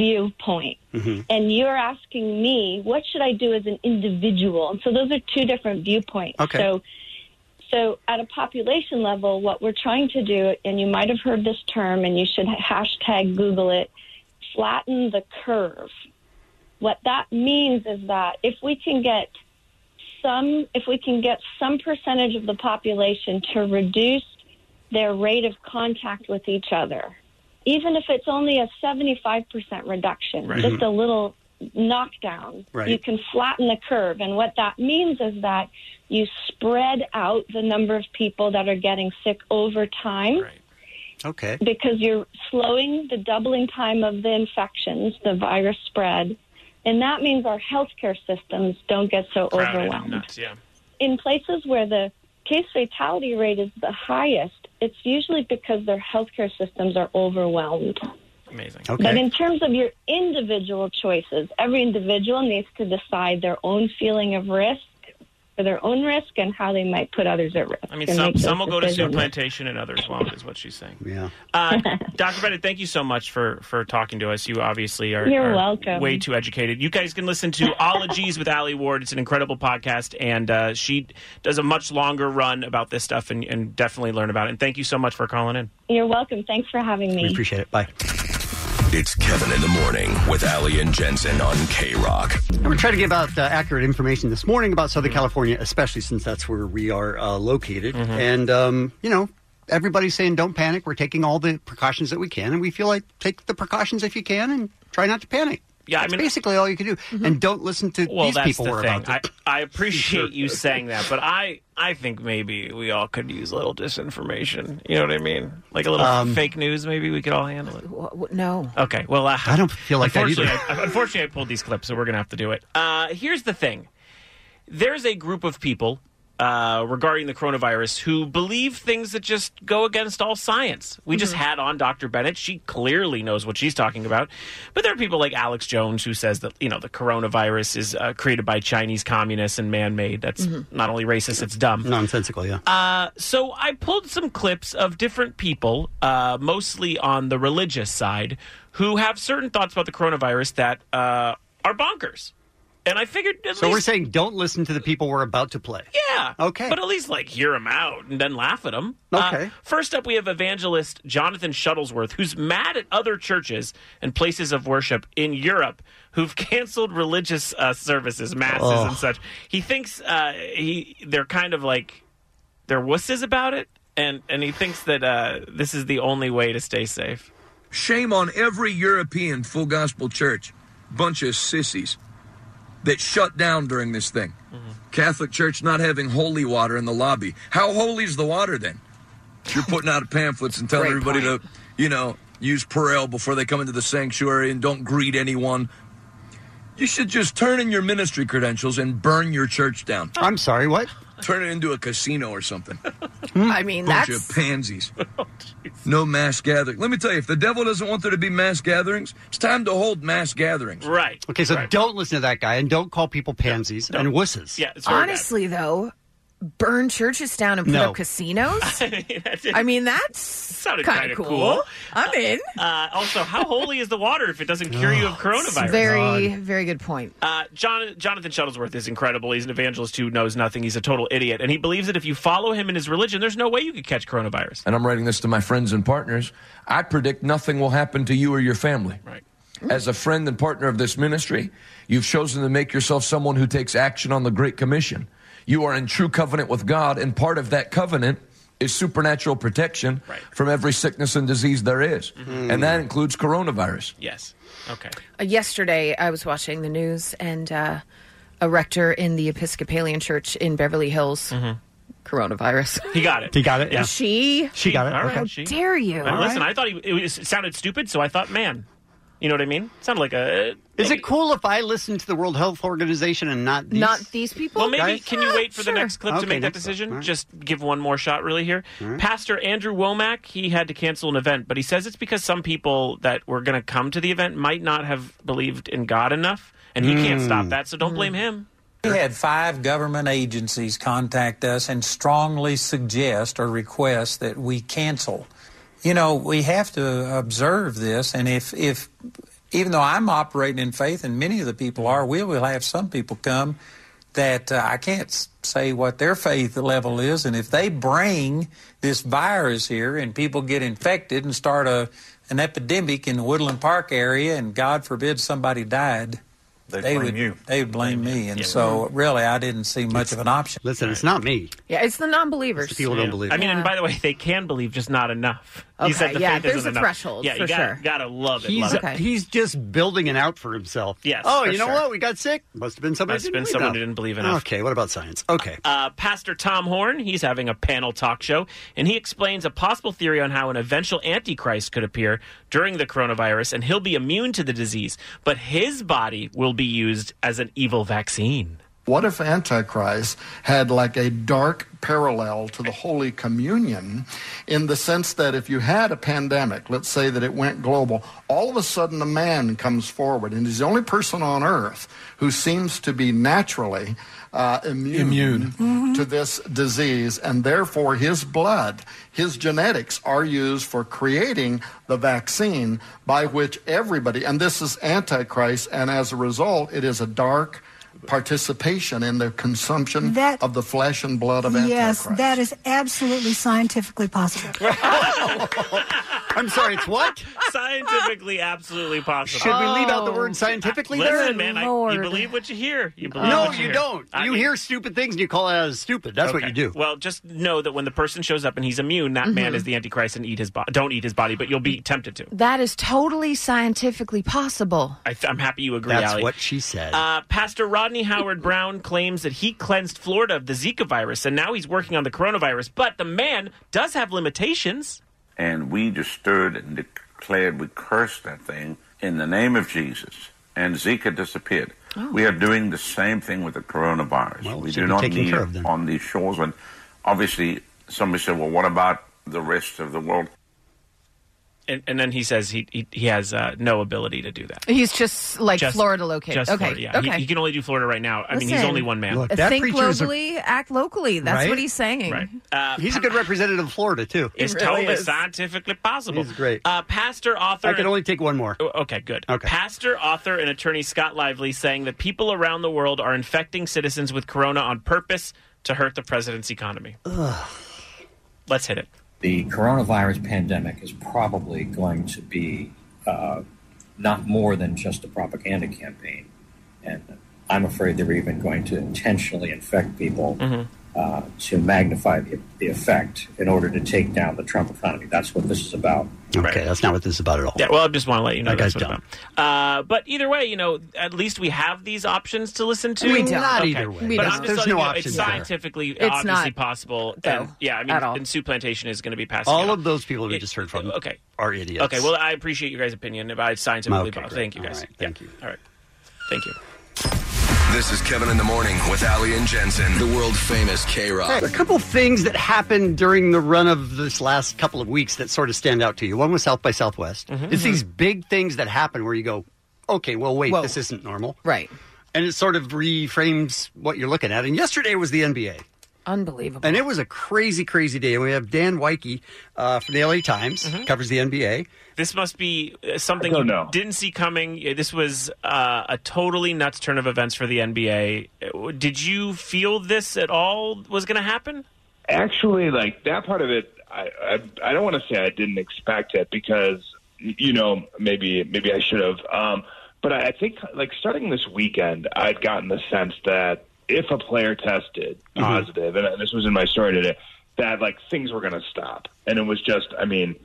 viewpoint
Mm-hmm.
and you're asking me what should I do as an individual. And so those are two different viewpoints.
Okay.
So so at a population level, what we're trying to do, and you might have heard this term, and you should hashtag Google it, flatten the curve. What that means is that if we can get some, if we can get some percentage of the population to reduce their rate of contact with each other, even if it's only a 75% reduction,
Right.
just a little knockdown,
Right.
you can flatten the curve. And what that means is that you spread out the number of people that are getting sick over time
Okay.
because you're slowing the doubling time of the infections, the virus spread. And that means our healthcare systems don't get so
Crowded and
overwhelmed
nuts, yeah.
in places where the case fatality rate is the highest, it's usually because their healthcare systems are overwhelmed.
Amazing.
But in terms of your individual choices, every individual needs to decide their own feeling of risk for their own risk and how they might put others at risk.
I mean,
and
some
make
some
those
will go to Zoo
decisions.
Plantation and others won't, is what she's saying.
Yeah.
Uh, Dr. Bennett, thank you so much for for talking to us. You obviously are,
You're
are
welcome.
way too educated. You guys can listen to Ologies with Ali Ward. It's an incredible podcast, and uh, she does a much longer run about this stuff and, and definitely learn about it. And thank you so much for calling in.
You're welcome. Thanks for having me.
appreciate it. Bye.
It's Kevin in the Morning with Ali and Jensen on K Rock.
I'm going to try to give out uh, accurate information this morning about Southern California, especially since that's where we are uh, located.
Mm-hmm.
And, um, you know, everybody's saying don't panic. We're taking all the precautions that we can. And we feel like take the precautions if you can and try not to panic.
Yeah, I
that's
mean- Mm-hmm.
basically all you can do. And don't listen to
Well,
these
that's
people
the
worry
thing.
about
I, I appreciate you saying that, but I I think maybe we all could use a little disinformation. You know what I mean? Like a little
Um,
fake news. Maybe we could all handle it.
No.
Okay. Well, uh,
I don't feel like that either.
unfortunately, I, unfortunately, I pulled these clips, so we're gonna have to do it. Uh, here's the thing: there's a group of people uh, regarding the coronavirus who believe things that just go against all science. We just had on Dr. Bennett; she clearly knows what she's talking about. But there are people like Alex Jones who says that you know the coronavirus is uh, created by Chinese communists and man-made. That's
Mhm.
not only racist; it's dumb.
Nonsensical, yeah.
Uh, so I pulled some clips of different people, uh, mostly on the religious side, who have certain thoughts about the coronavirus that uh, are bonkers. And I figured, at
So we're
least-
saying don't listen to the people we're about to play.
yeah, okay, but at least like hear them out and then laugh at them.
Okay.
first up, we have evangelist Jonathan Shuttlesworth, who's mad at other churches and places of worship in Europe who've canceled religious uh, services, masses,
Oh.
and such. He thinks uh, he they're kind of like they're wusses about it, and and he thinks that uh, this is the only way to stay safe.
Shame on every European full gospel church, bunch of sissies that shut down during this thing. Catholic Church not having holy water in the lobby. How holy is the water then? You're putting out pamphlets and telling everybody to, you know, use Perel before they come into the sanctuary and don't greet anyone. You should just turn in your ministry credentials and burn your church down.
I'm sorry, what?
Turn it into a casino or something.
I mean,
Bunch
that's
of pansies. no mass gathering. Let me tell you, if the devil doesn't want there to be mass gatherings, it's time to hold mass gatherings.
Right.
Okay, so
Right.
don't listen to that guy and don't call people pansies and wusses.
Yeah,
honestly though, burn churches down and put
No.
up casinos? I
I
mean, that's
sounded
kind
kind
of
of
cool.
cool.
I'm in.
Uh, also, how holy is the water if it doesn't cure you of coronavirus?
Very, very good point.
Uh, John, Jonathan Shuttlesworth is incredible. He's an evangelist who knows nothing. He's a total idiot, and he believes that if you follow him in his religion, there's no way you could catch coronavirus.
And I'm writing this to my friends and partners. I predict nothing will happen to you or your family. Right. As a friend and partner of this ministry, you've chosen to make yourself someone who takes action on the Great Commission. You are in true covenant with God, and part of that covenant is supernatural protection from every sickness and disease there is. And that includes coronavirus.
Yes. Okay.
Uh, yesterday, I was watching the news, and uh, a rector in the Episcopalian Church in Beverly Hills, coronavirus.
He got it.
He got it.
Mm-hmm. Uh, Yeah.
She.
She got it, All right, okay.
How
she-
dare you?
And listen, I thought he, it, was, it sounded stupid, so I thought, man, you know what I mean? Sounded like a.
Is it cool if I listen to the World Health Organization and not these?
Not these people. Ah,
Well, maybe
Guys?
can you wait for the
Sure.
next clip
Okay,
to make that
next clip.
decision?
All right.
Just give one more shot, really. Here, Pastor Andrew Womack, he had to cancel an event, but he says it's because some people that were going to come to the event might not have believed in God enough, and he can't
Mm.
Hmm.
stop that. So don't blame him.
We had five government agencies contact us and strongly suggest or request that we cancel. You know, we have to observe this, and if, if even though I'm operating in faith, and many of the people are, we will have some people come that uh, I can't s- say what their faith level is, and if they bring this virus here and people get infected and start a an epidemic in the Woodland Park area, and God forbid somebody died,
They'd blame
would
you.
they would blame me, and so really I didn't see much of an option.
Listen, it's not me.
Yeah, it's the non-believers.
I mean, and by the way, they can believe, just not enough.
Okay,
he said the
yeah,
faith
there's
isn't
a
enough.
threshold,
Yeah,
for
you gotta,
sure.
gotta love it.
He's
love it.
he's just building an out for himself.
Yes,
Oh,
for
you know
sure.
what? We got sick. Must have been somebody.
Must
who
have been
believe
someone
enough.
who didn't believe enough.
Okay. What about science? Okay.
Uh, Pastor Tom Horn, he's having a panel talk show, and he explains a possible theory on how an eventual antichrist could appear during the coronavirus, and he'll be immune to the disease, but his body will be used as an evil vaccine.
What if Antichrist had like a dark parallel to the Holy Communion in the sense that if you had a pandemic, let's say that it went global, all of a sudden a man comes forward and he's the only person on earth who seems to be naturally uh, immune, Mm-hmm. to this disease, and therefore his blood, his genetics are used for creating the vaccine by which everybody, and this is Antichrist, and as a result, it is a dark participation in the consumption of the flesh and blood of
Yes,
Antichrist.
that is absolutely scientifically possible.
I'm sorry, it's what?
Scientifically, absolutely possible.
Should we leave out the word scientifically?
Listen,
there?
man, I, you believe what you hear. You believe
no,
what you,
you
hear.
don't.
I
you
mean-
hear stupid things and you call it out as stupid. That's what
Okay.
you do. Mm-hmm.
Well, just know that when the person shows up and he's immune, that man
Mhm.
is the antichrist and eat his body. Don't eat his body, but you'll
Mm.
be tempted to.
That is totally scientifically possible.
I th- I'm happy you agree,
That's
Allie.
what she said.
Uh, Pastor Rodney Howard Brown claims that he cleansed Florida of the Zika virus, and now he's working on the coronavirus. But the man does have limitations.
And we just stirred and declared we cursed that thing in the name of Jesus. And Zika disappeared. We are doing the same thing with the coronavirus. we
Oh. should
do
be
not
taken
need
care of
it on these shores. And obviously, somebody said, well, what about the rest of the world?
And, and then he says he he, he has uh, no ability to do that.
He's just like
Just-
Florida located.
Just
okay,
Florida, yeah. He-
okay.
He, can only do Florida right now. I mean, he's
Listen, Uh,
only one man.
Think globally, act locally. That's
Right?
what he's saying.
Right. Uh,
He's a good representative of Florida too.
It's totally scientifically possible.
He's great.
Uh, pastor, author.
I could
and-
only take one more.
Okay, good. Pastor, author, and attorney Scott Lively saying that people around the world are infecting citizens with corona on purpose to hurt the president's economy. Let's hit it.
the coronavirus pandemic is probably going to be uh, not more than just a propaganda campaign. And I'm afraid they're even going to intentionally infect people
Mm.
uh, to magnify the, the effect in order to take down the Trump economy. That's what this is about.
Okay, that's not what this is about at all.
Yeah, well, I just want to let you know
that guy's
that's what
dumb.
Uh, but either way, you know, at least we have these options to listen to.
We don't. Not either way. We
but
don't.
I'm just
There's
telling
no
you,
options
it's
there.
scientifically
It's
obviously
not,
possible. and,
though,
yeah, I mean,
at all.
and Sue Plantation is going to be passing.
All
it
of those people we just heard from
okay.
are idiots.
Okay, well, I appreciate your guys' opinion about it's scientifically
Okay,
possible.
great.
Thank you,
All
guys.
right, thank
you. All right. Thank you.
This is Kevin in the Morning with Ali and Jensen, the world famous K
Hey,
Rock.
a couple things that happened during the run of this last couple of weeks that sort of stand out to you. One was South by Southwest.
Mm-hmm,
It's these big things that happen where you go, okay, well, wait, this isn't normal.
Right.
And it sort of reframes what you're looking at. And yesterday was the NBA.
Unbelievable.
And it was a crazy, crazy day. And we have Dan Wyke uh, from the LA Times,
Mm-hmm.
covers the NBA.
This must be uh, something
I
you
don't know.
didn't see coming. Uh, This was uh, a totally nuts turn of events for the NBA. Uh, Did you feel this at all was going to happen?
actually like that part of it i i, I don't want to say i didn't expect it because y- you know maybe maybe i should have um but I, I think like starting this weekend i'd gotten the sense that if a player tested positive, and, and this was in my story today that like things were going to stop and it was just i mean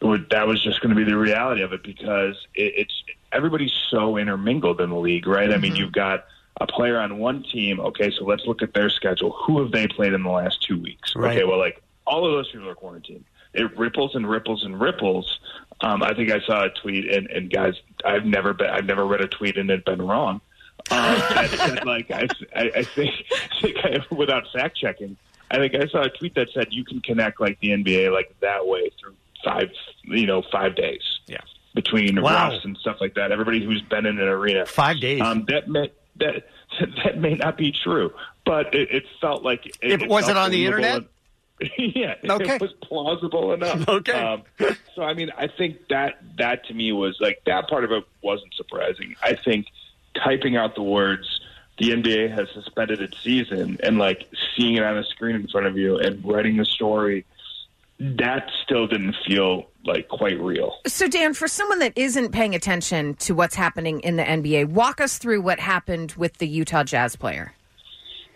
it would, that was just going to be the reality of it because it, it's everybody's so intermingled in the league right i mean you've got a player on one team okay so let's look at their schedule who have they played in the last two weeks
Right.
okay well like all of those people are quarantined it ripples and ripples and ripples um, i think i saw a tweet and, and guys i've never been i've never read a tweet and it been wrong um, that said, like I, I, I think, I think I, without fact checking, I think I saw a tweet that said you can connect like the NBA like that way through five, you know, five days.
Yeah,
between
Wow.
refs and stuff like that. Everybody who's been in an arena,
five days.
Um, that may that that may not be true, but it, it felt like it,
If- was
felt
it on the
believable
internet?
and- yeah,
Okay.
it was plausible enough.
Okay.
Um, so I mean, I think that that to me was like that part of it wasn't surprising. I think typing out the words the NBA has suspended its season and like seeing it on a screen in front of you and writing the story that still didn't feel like quite real.
So, Dan, for someone that isn't paying attention to what's happening in the NBA, walk us through what happened with the Utah Jazz player.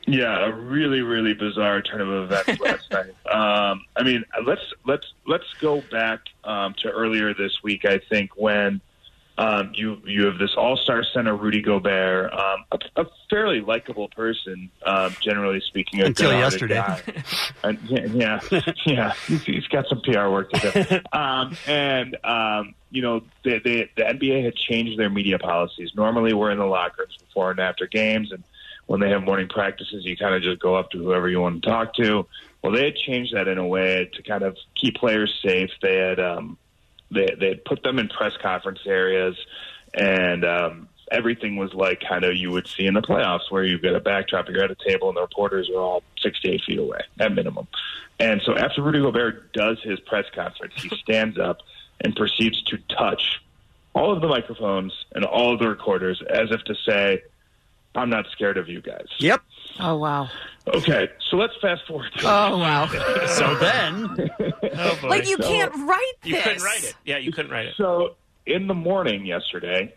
Yeah, a really, really bizarre turn of events last night. Um, I mean, let's let's let's go back um, to earlier this week. I think when um, you you have this All Star center, Rudy Gobert, um, a, a fairly likable person, um, generally speaking. a
Until
good-hearted
yesterday.
guy. and, yeah, yeah, yeah. He's, he's got some PR work to do. Um, and um, you know, they, they, the NBA had changed their media policies. Normally, we're in the locker rooms before and after games, and when they have morning practices, you kind of just go up to whoever you want to talk to. Well, they had changed that in a way to kind of keep players safe. They had um, they they had put them in press conference areas, and um, everything was like kind of you would see in the playoffs, where you've got a backdrop, you're at a table, and the reporters are all six to eight feet away at minimum. And so after Rudy Gobert does his press conference, he stands up and proceeds to touch all of the microphones and all of the recorders as if to say, "I'm not scared of you guys."
Yep.
Oh wow.
Okay, so let's fast forward. to-
Oh wow.
So
then,
like you can't write this.
You couldn't write it.
Yeah, you couldn't write it.
So in the morning yesterday,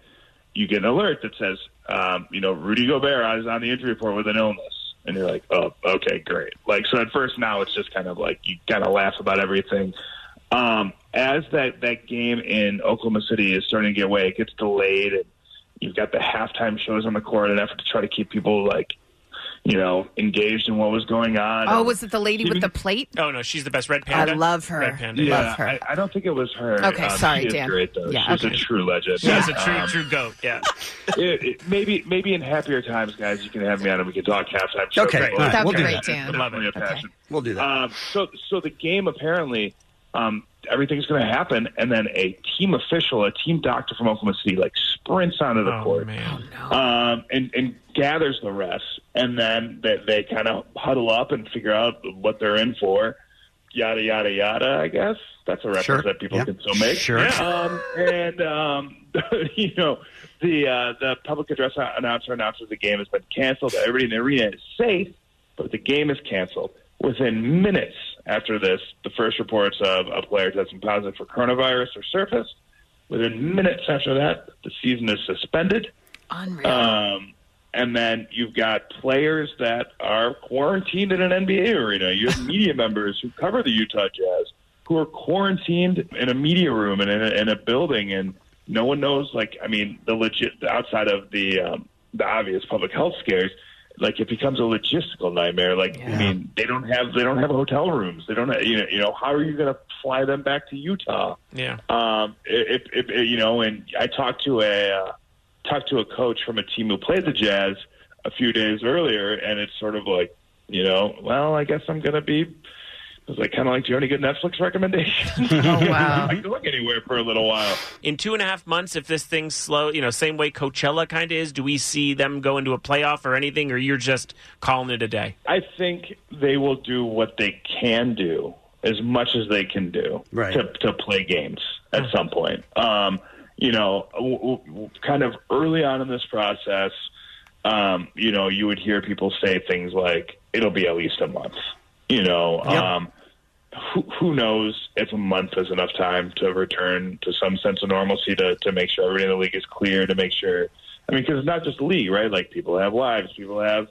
you get an alert that says, um, you know, Rudy Gobert is on the injury report with an illness. And you're like, oh, okay, great. Like, so at first, now it's just kind of like you kind of laugh about everything. Um, as that, that game in Oklahoma City is starting to get away, it gets delayed, and you've got the halftime shows on the court, an effort to try to keep people, like, you know, engaged in what was going on.
Oh,
And-
was it the lady with the plate?
Oh no, she's the best red
panda. I love her. Red panda.
Yeah,
Love her.
I, I don't think it was her.
Okay,
Um,
sorry,
she is
Dan.
great though.
Yeah,
She's
okay.
a true legend.
She's a true,
Um,
true goat. Yeah.
it- it- maybe, maybe in happier times, guys, you can have me on and we can talk halftime. show.
Okay, all right, That'd we'll be do great, that. Dan.
It's definitely a passion.
We'll do that.
Um, so, so the game apparently, um, everything's going to happen, and then a team official, a team doctor from Oklahoma City, like sprints onto the court
Oh,
um, and, and gathers the refs, and then they, they kind of huddle up and figure out what they're in for. Yada yada yada. I guess that's a reference Sure. that people Yep. can still make. Sure. Um, and um, you know the uh, the public address announcer announces the game has been canceled. Everybody in the arena is safe, but the game is canceled. Within minutes after this, the first reports of a player testing positive for coronavirus are surfaced. Within minutes after that, the season is suspended.
Unreal.
Um, and then you've got players that are quarantined in an NBA arena. You have media members who cover the Utah Jazz who are quarantined in a media room and in a, in a building, and no one knows. Like, I mean, the legit outside of the um, the obvious public health scares, like it becomes a logistical nightmare. Like, I mean, they don't have they don't have hotel rooms. They don't. Have, you know, you know, how are you going to fly them back to Utah?
Yeah.
Um, if, if, if you know, and I talked to a uh, talked to a coach from a team who played the Jazz a few days earlier, and it's sort of like, you know, well, I guess I'm going to be was like, kind of like, do you have any good Netflix recommendations?
Oh, wow.
I can look anywhere for a little while.
In two and a half months, if this thing's slow, you know, same way Coachella kind of is, do we see them go into a playoff or anything, or you're just calling it a day?
I think they will do what they can do as much as they can do
Right.
to, to play games at some point. Um, you know, w- w- w- kind of early on in this process, um, you know, you would hear people say things like, it'll be at least a month. You know, um, who, who knows if a month is enough time to return to some sense of normalcy to, to make sure everybody in the league is clear, to make sure. I mean, because it's not just the league, right? Like people have lives, people have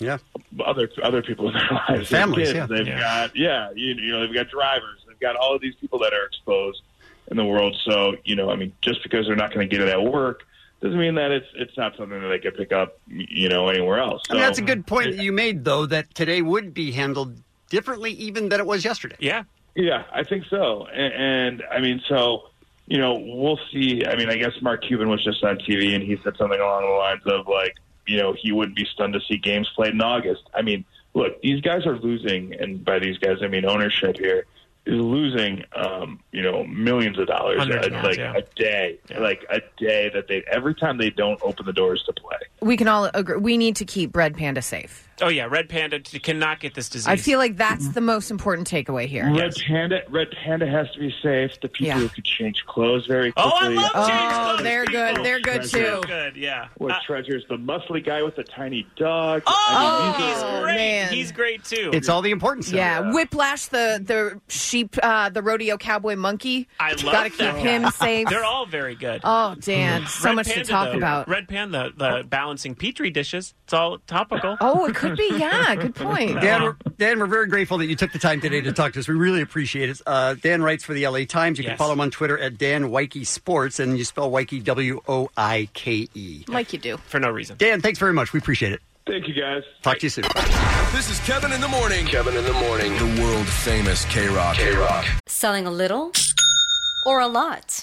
yeah
other other people in their lives, They have
Families,
kids,
yeah.
they've
Yeah.
got yeah, you, you know, they've got drivers, they've got all of these people that are exposed in the world. So you know, I mean, just because they're not going to get it at work doesn't mean that it's it's not something that they could pick up, y- you know, anywhere else.
I
So,
mean, that's a good point that you made, though, that today would be handled differently even than it was yesterday.
Yeah.
Yeah, I think so. And, and I mean, so you know, we'll see. I mean, I guess Mark Cuban was just on TV and he said something along the lines of like, you know, he wouldn't be stunned to see games played in August. I mean, look, these guys are losing, and by these guys I mean ownership here is losing, um, you know, millions of dollars,
Hundreds
uh,
of
like
millions, yeah.
a day, like a day that they every time they don't open the doors to play.
We can all agree. We need to keep Red Panda safe.
Oh, yeah. Red Panda t- cannot get this disease.
I feel like that's the most important takeaway here.
Red Panda, Red Panda has to be safe. The people who could change clothes very quickly.
Oh, they're good. They're good Uh, too.
Good, yeah.
What treasures? The muscly guy with the tiny dog.
Oh,
these
he's
are-
great. Man. He's
great too.
It's all the important stuff.
Yeah. Whiplash, the the sheep, uh, the rodeo cowboy monkey.
I love
Gotta
that.
keep him safe.
They're all very good. Mm-hmm.
Oh, Dan, so
Red
much to
Panda,
talk
though.
about.
Red Panda, the balancing petri dishes. It's all topical.
Oh, it could be. Yeah, good point.
Dan, we're, Dan, we're very grateful that you took the time today to talk to us. We really appreciate it. Uh, Dan writes for the LA Times. You can
Yes.
follow him on Twitter at Dan Wyke Sports, and you spell Wyke W O I K E.
Like you do.
For no reason.
Dan, thanks very much. We appreciate it.
Thank you, guys.
Talk to you soon.
This is Kevin in the Morning. Kevin in the Morning. The world famous K Rock. K Rock.
Selling a little or a lot?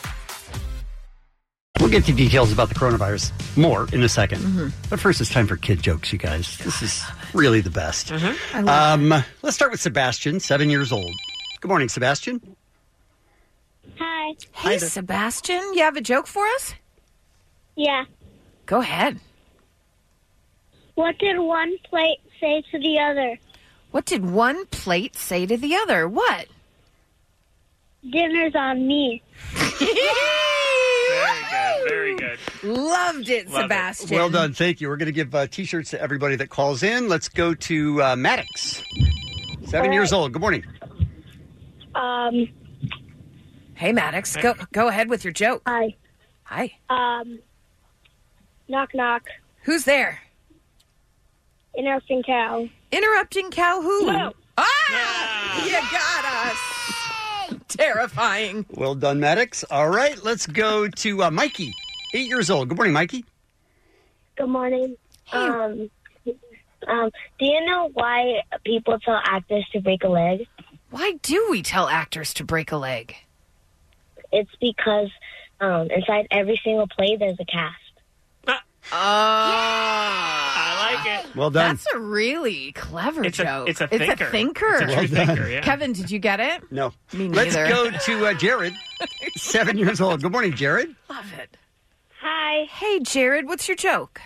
We'll get to details about the coronavirus more in a 2nd
Mm-hmm.
Mhm.
But first, it's time for kid jokes, you guys. This is really the best.
Mm-hmm.
Mhm. I love
Um, let's start with Sebastian, seven years old. Good morning, Sebastian.
Hi. Hey, Sebastian. You have a joke for us? Yeah. Go ahead.
What did one plate say to the other?
What did one plate say to the other? What?
Dinner's on me.
Very good.
Loved it,
Love it.
Sebastian.
Well done. Thank you. We're going to give uh, t shirts to everybody that calls in. Let's go to uh, Maddox, seven years old. Good morning.
Um.
Hey, Maddox, go go ahead with your joke.
Hi.
Hi.
Um. Knock knock.
Who's there?
Interrupting cow.
Interrupting cow who? Ah! You got us. Terrifying.
Well done, Maddox. All right. Let's go to uh, Mikey, eight years old. Good morning, Mikey.
Good morning. Um. Um. Do you know why people tell actors to break a leg?
Why do we tell actors to break a leg?
It's because um, inside every single play there's a cast.
Oh, I
like it.
Well done.
That's a really clever
It's a-
joke.
it's a
It's
thinker.
a thinker.
It's a true Well done. thinker, yeah.
Kevin, did you get it?
No.
Me
Let's
neither.
go to uh, Jared, seven years old. Good morning, Jared.
Love it.
Hi.
Hey, Jared, what's your joke?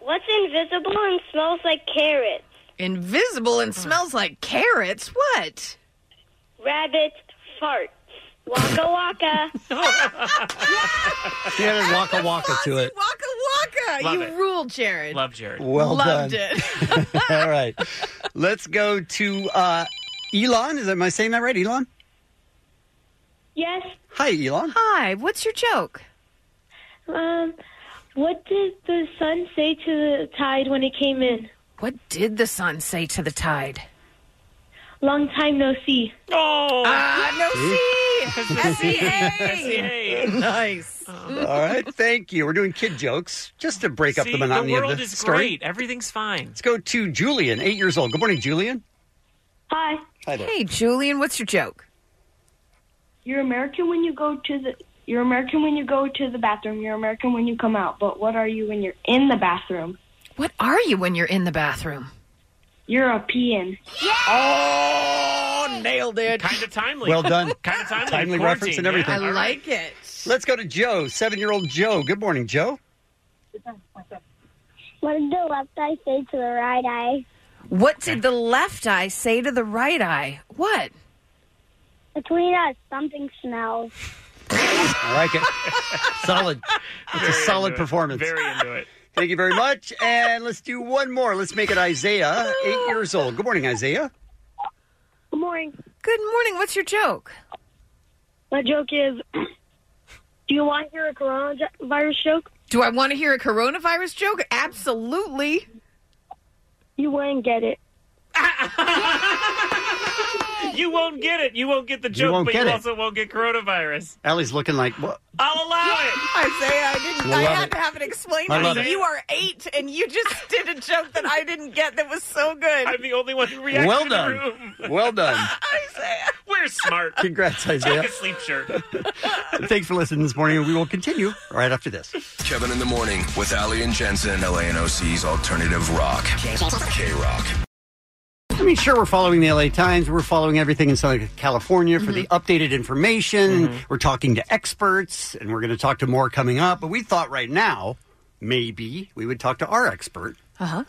What's invisible and smells like carrots?
Invisible and smells like carrots. What?
Rabbit fart. Waka waka.
She had a waka waka to it.
Waka waka.
Love
you
it.
rule, Jared.
Love Jared.
Well
Loved
done.
it.
All right. Let's go to uh, Elon. Is am I saying that right, Elon?
Yes.
Hi, Elon.
Hi. What's your joke?
Um, what did the sun say to the tide when it came in?
What did the sun say to the tide?
Long time no see.
Oh.
Ah, no E
see.
SEA. Nice.
All right. Thank you. We're doing kid jokes just to break up
See,
the monotony
world
of the
is
story.
great. Everything's fine.
Let's go to Julian, eight years old. Good morning, Julian.
Hi.
Hi there.
Hey, Julian, what's your joke?
You're American when you go to the. You're American when you go to the bathroom. You're American when you come out. But what are you when you're in the bathroom?
What are you when you're in the bathroom?
European.
Oh, nailed it.
Kind of timely.
Well done.
kind of timely.
Timely
Quarantine,
reference and
yeah.
everything.
I
All right.
like it.
Let's go to Joe, seven year old Joe. Good morning, Joe.
What did the left eye say to the right eye?
What did the left eye say to the right eye? What?
Between us, something smells.
I like it. solid. It's a solid performance.
Very into it.
Thank you very much. And let's do one more. Let's make it Isaiah, eight years old. Good morning, Isaiah.
Good morning.
Good morning. What's your joke?
My joke is Do you want to hear a coronavirus joke?
Do I want to hear a coronavirus joke? Absolutely.
You wouldn't get it.
You won't get it. You won't get the
You
joke,
won't
but
get
you
it.
also won't get coronavirus.
Ellie's looking like, what?
I'll allow it.
Isaiah, I didn't.
Love
I had
it.
to have it explained
I
to
love
me.
it.
You are eight, and you just did a joke that I didn't get. That was so good.
I'm the only one who reacted
Well
in the room.
done. Well done.
We're smart.
Congrats,
Take
Isaiah.
a sleep shirt.
Thanks for listening this morning. We will continue right after this.
Kevin in the morning with Ali and Jensen, LANOC's alternative rock. K Rock.
I mean, sure, we're following the LA Times. We're following everything in Southern California for the
Mm-hmm.
updated information. We're talking to experts, and we're going to talk to more coming up. But we thought right now, maybe we would talk to our expert,
Uh
Uh-huh.
huh.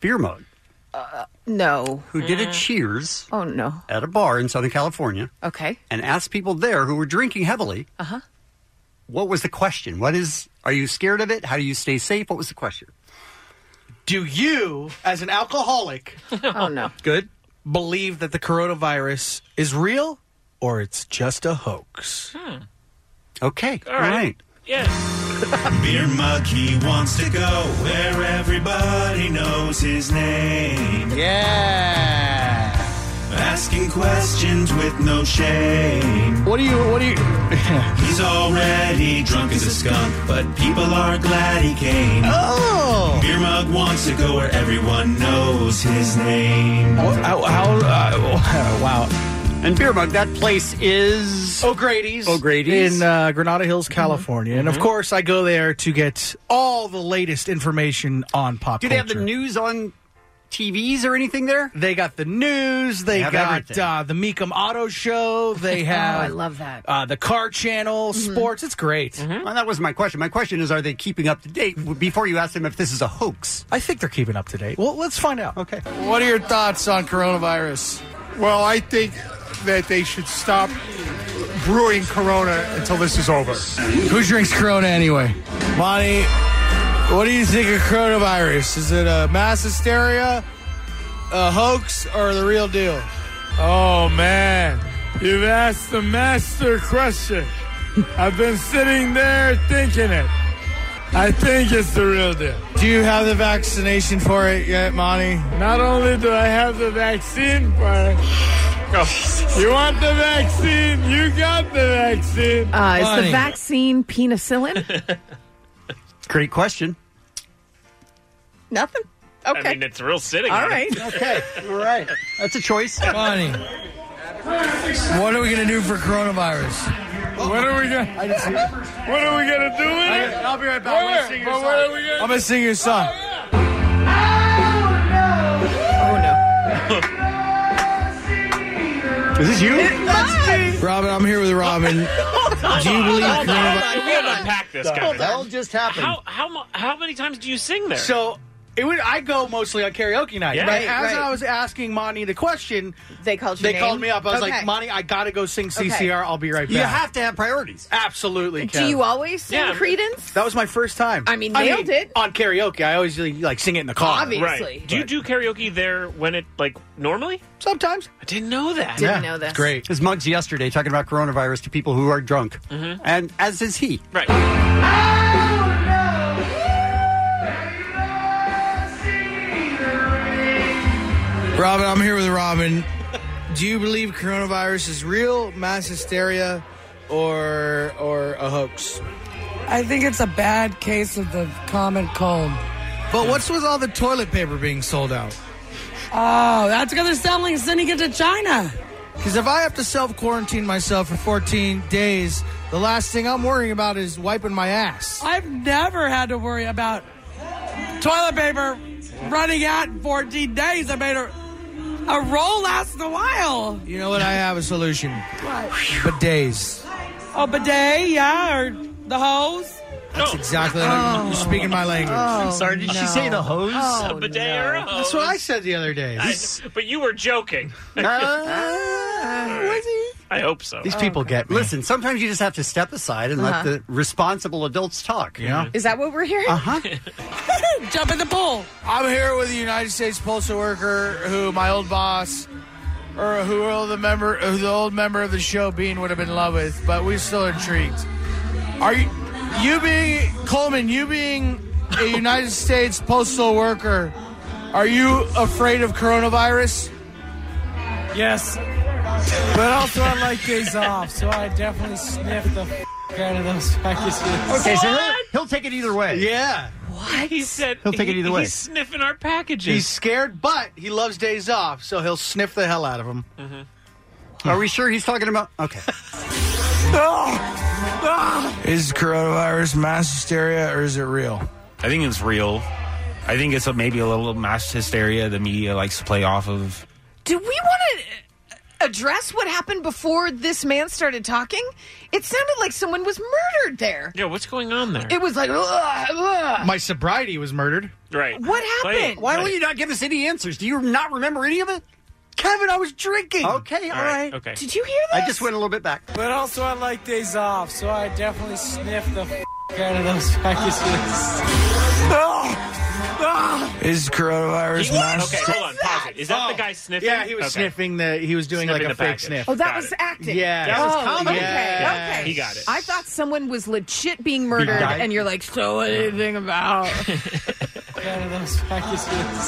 Beer Mode,
Uh,
No.
who did a cheers
Oh no.
at a bar in Southern California
Okay.
and asked people there who were drinking heavily,
Uh huh.
what was the question? What is, are you scared of it? How do you stay safe? What was the question?
Do you, as an alcoholic,
oh no,
good,
believe that the coronavirus is real or it's just a hoax?
Hmm.
Okay,
all right.
Beer mug, he wants to go where everybody knows his name.
Yeah.
Asking questions with no shame.
What do you? What do you?
He's already drunk as a skunk, but people are glad he came.
Oh.
Beer mug wants to go where everyone knows his name.
uh, wow. And Beer Mug, that place is
O'Grady's.
Oh, O'Grady's. Mm-hmm.
in uh, Granada Hills, California, and of course, I go there to get all the latest information on pop
Do they
culture.
have the news on TVs or anything there?
They got the news. They,
They have
got
everything.
uh, the Meekum Auto Show. They have
oh, I love that. Mm-hmm.
Uh, the Car Channel, sports. It's great.
Well, that was my question. My question is, are they keeping up to date? Before you ask them if this is a hoax,
I think they're keeping up to date. Well, let's find out.
Okay.
What are your thoughts on coronavirus? Well, I think that they should stop brewing Corona until this is over. Who drinks Corona anyway? Monty, what do you think of coronavirus? Is it a mass hysteria, a hoax, or the real deal? Oh, man. You've asked the master question. I've been sitting there thinking it. I think it's the real deal. Do you have the vaccination for it yet, Monty? Not only do I have the vaccine for it, you want the vaccine? You got the vaccine.
Uh, is the vaccine penicillin?
great question.
Nothing.
I mean, it's real sitting.
All
on it.
right.
Okay. All right. That's a choice.
Monty, what are we gonna do for coronavirus? What are we gonna? What are we gonna do? With it? I'll be right back.
gonna sing your
What are we gonna? I'm gonna sing your song.
Is this you?
Robin, I'm here with Robin.
Hold
Do you
on, hold
believe
on,
corona-
hold on. We gotta unpack this. guy.
What the hell just happened?
How how mu- how many times do you sing there?
So it would. I go mostly on karaoke night.
Yeah.
But
Right,
as
right.
I was asking Monty the question,
they called
They
name?
called me up. I was
Okay.
like, Monty, I gotta go sing CCR. I'll be right back.
You have
to have priorities.
Absolutely.
Do
Kev.
you always sing Credence?
That was my first time.
I mean, nailed it.
on karaoke. I always like sing it in the car.
Right. Do you do karaoke there when it like normally?
Sometimes.
I didn't know that.
It's great. His mugs yesterday talking about coronavirus to people who are drunk,
Mhm.
and as is he.
Right.
Robin, I'm here with Robin. Do you believe coronavirus is real, mass hysteria, or or a hoax? I think it's a bad case of the common cold. But what's with all the toilet paper being sold out? Oh, that's because they're selling sending it to China. Because if I have to self quarantine myself for 14 days, the last thing I'm worrying about is wiping my ass. I've never had to worry about toilet paper running out in 14 days. I made a, a roll last a while. You know what? I have a solution. What? Bidets. Oh, bidet, yeah, or the hose. Oh. That's exactly how you're speaking my language.
I'm sorry, did she say the
hose?
A bidet or a hose?
That's what I said the other day.
I- but you were joking. I hope so.
These people get Listen, sometimes you just have to step aside and
Uh-huh.
let the responsible adults talk. Yeah.
Is that what we're hearing?
Uh-huh.
Uh huh.
Jump in the pool. I'm here with a United States postal worker who my old boss, or who all the member, who the old member of the show Bean would have been in love with, but we still intrigued. Are you, you being Coleman? You being a United States postal worker, are you afraid of coronavirus? Yes, but also I like days off, so I definitely sniff the f- out of those packages.
Okay, so he'll, he'll take it either way.
Yeah.
What? He said
He'll take it
he-
either way.
He's sniffing our packages.
He's scared, but he loves days off, so he'll sniff the hell out of them.
Mm-hmm.
Are we sure he's talking about? Okay.
Is coronavirus mass hysteria or is it real?
I think it's real. I think it's a, maybe a little mass hysteria the media likes to play off of.
Do we want to address what happened before this man started talking? It sounded like someone was murdered there.
Yeah, what's going on there?
It was like, ugh, ugh.
My sobriety was murdered.
Right.
What happened?
Why will you not give us any answers? Do you not remember any of it?
Kevin, I was drinking.
Okay, all right.
Okay.
Did
you hear
that? I just went a little bit back.
But also, I like days off, so I definitely sniff the f- out of those packages. Is coronavirus
okay, hold on. Pause it. Is that the guy sniffing?
Oh. Yeah, he was
Okay.
sniffing the. He was doing
Sniffing
like a
the
fake
package.
sniff.
Oh, that
Got
was
it.
acting.
Yeah.
That was
Oh,
comedy.
Okay.
Yeah.
Okay.
He got it.
I thought someone was legit being murdered,
died?
and you're like, so what do you think about?
Out of those packages.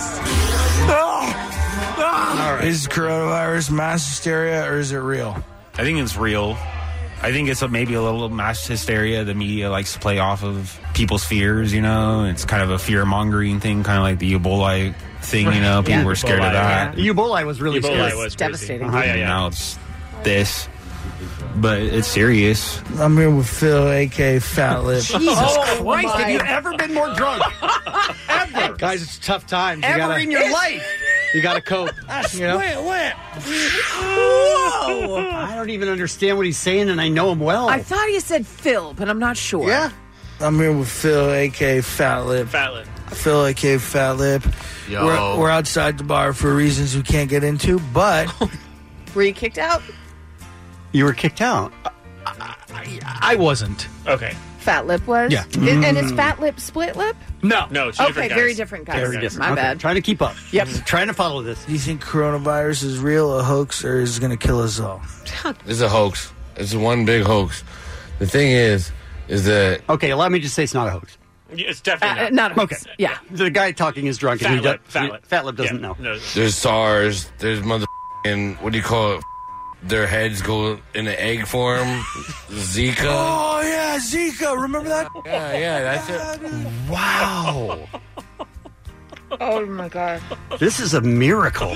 Is coronavirus mass hysteria or is it real?
I think it's real. I think it's a, maybe a little mass hysteria the media likes to play off of people's fears, you know? It's kind of a fear mongering thing, kind of like the Ebola thing, you know? People were scared of that.
Ebola was really
Ebola
scary.
was crazy.
devastating.
Uh-huh. And Now it's this. but it's serious.
I'm here with Phil, aka Fat Lip.
Jesus
Oh
Christ, have you ever been more drunk? ever. Guys, it's tough times.
Ever in your It's-
life. You got to cope.
I
You know?
split lip.
Whoa! I don't even understand what he's saying, and I know him well.
I thought you said Phil, but I'm not sure. Yeah.
I'm here with Phil, eh? aka Fat Lip.
Fat Lip.
Phil, aka Fat Lip.
Yo.
We're, we're outside the bar for reasons we can't get into, but
Were you kicked out?
You were kicked out.
I wasn't.
Okay.
Fat Lip was.
Yeah.
And- and it's
Mm.
Fat Lip Split Lip?
No,
no,
it's Oh, two Okay, different guys. very different guys.
Very different.
My
Okay,
bad.
Trying to keep up.
Yep.
Trying to follow this.
Do you think coronavirus is real, a hoax, or is it going to kill us all?
This is a hoax. It's one big hoax. The thing is, is that
okay? Allow me to say it's not a hoax.
It's definitely
Uh, not.
okay. Yeah. The guy talking is drunk. and he
Fat lip,
does-
fat
he-
lip.
Fat lip doesn't know.
there's SARS, there's mother and what do you call it? Their heads go in an egg form. Zika.
Oh, yeah, Zika. Remember that?
Yeah, yeah, that's it.
Wow.
Oh my god.
this is a miracle.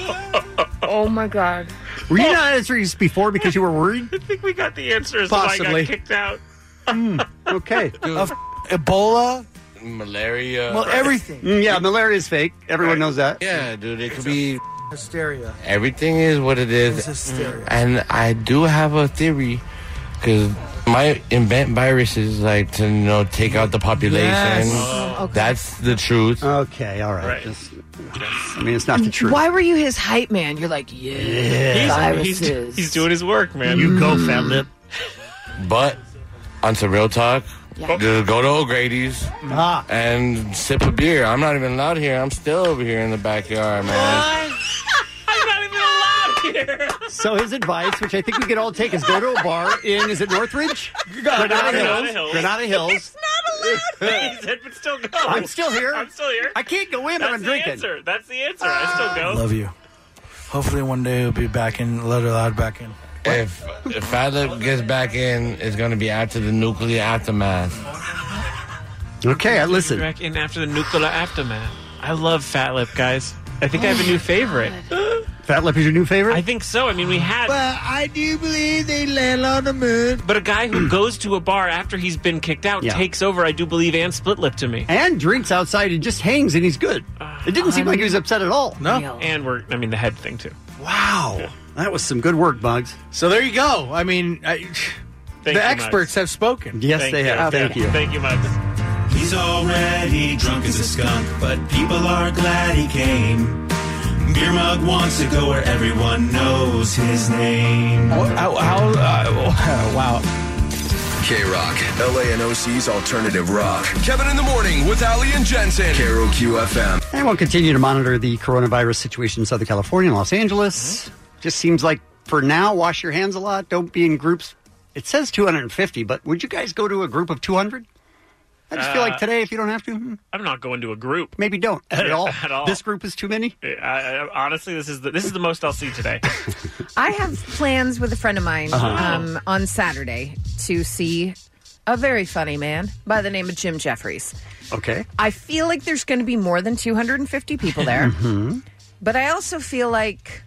Oh my god.
Were you not answering this before because you were worried?
I think we got the answers.
Possibly.
I got kicked out.
Hmm. okay.
Ebola.
Malaria.
Well, everything.
Mm, Yeah, malaria is fake. Everyone knows that.
Yeah, dude, it could be.
Hysteria.
Everything is what it is.
It's hysteria.
And I do have a theory because my invent viruses like to you know take out the population.
Yes. Oh,
That's the truth.
Okay, all right. Just- Uh, I mean, it's not the truth.
Why were you his hype man? You're like, yeah,
He's,
viruses.
he's, he's doing his work, man.
You go, fat lip. But on some real talk,
Yeah.
just go to O'Grady's
Ah.
and sip a beer. I'm not even allowed here. I'm still over here in the backyard, man.
I'm not even allowed here.
So his advice, which I think we could all take, is go to a bar in is it Northridge?
Granada
Hills.
Hills.
Granada Hills.
It's not allowed. he said, but still go.
I'm still here.
I'm still here.
I can't go in, but
That's
I'm
the
drinking.
Answer. That's the answer. I still go.
Love you. Hopefully, one day he'll be back in, let it out back in.
If if Fat Lip gets back in, it's gonna be after the nuclear aftermath.
Okay, I
Listen. Back in after the nuclear aftermath. I love Fat Lip, guys. I think I
Oh
have a new favorite.
Fat Lip is your new favorite?
I think so. I mean, we had.
Well, I do believe they land on the moon.
But a guy who goes to a bar after he's been kicked out
Yeah.
takes over, I do believe, and split lip to me.
And drinks outside and just hangs and he's good. It didn't seem like he was upset at all.
Uh, And we're, I mean, the head thing, too.
Wow. That was some good work, Bugs.
So there you go. I mean, I,
you,
the
Max.
experts have spoken.
Yes, Thank they you. have. Thank you.
Thank you, Mike.
He's already drunk as a skunk, but people are glad he came. Beer Mug wants to go where everyone knows his name.
uh,
wow.
K Rock, LA and OC's alternative rock. Kevin in the morning with Ali and Jensen. Caro QFM.
And we'll continue to monitor the coronavirus situation in Southern California and Los Angeles. Just seems like for now, wash your hands a lot. Don't be in groups. It says 250, but would you guys go to a group of 200? I just feel
Uh,
like today, if you don't have to, hmm,
I'm not going to a group.
maybe don't at all.
At all.
This group is too many.
I, I, honestly, this is the this is the most I'll see today.
I have plans with a friend of mine
Uh-huh.
um, on Saturday to see a very funny man by the name of Jim Jeffries.
Okay.
I feel like there's going to be more than 250 people there,
Mhm.
but I also feel like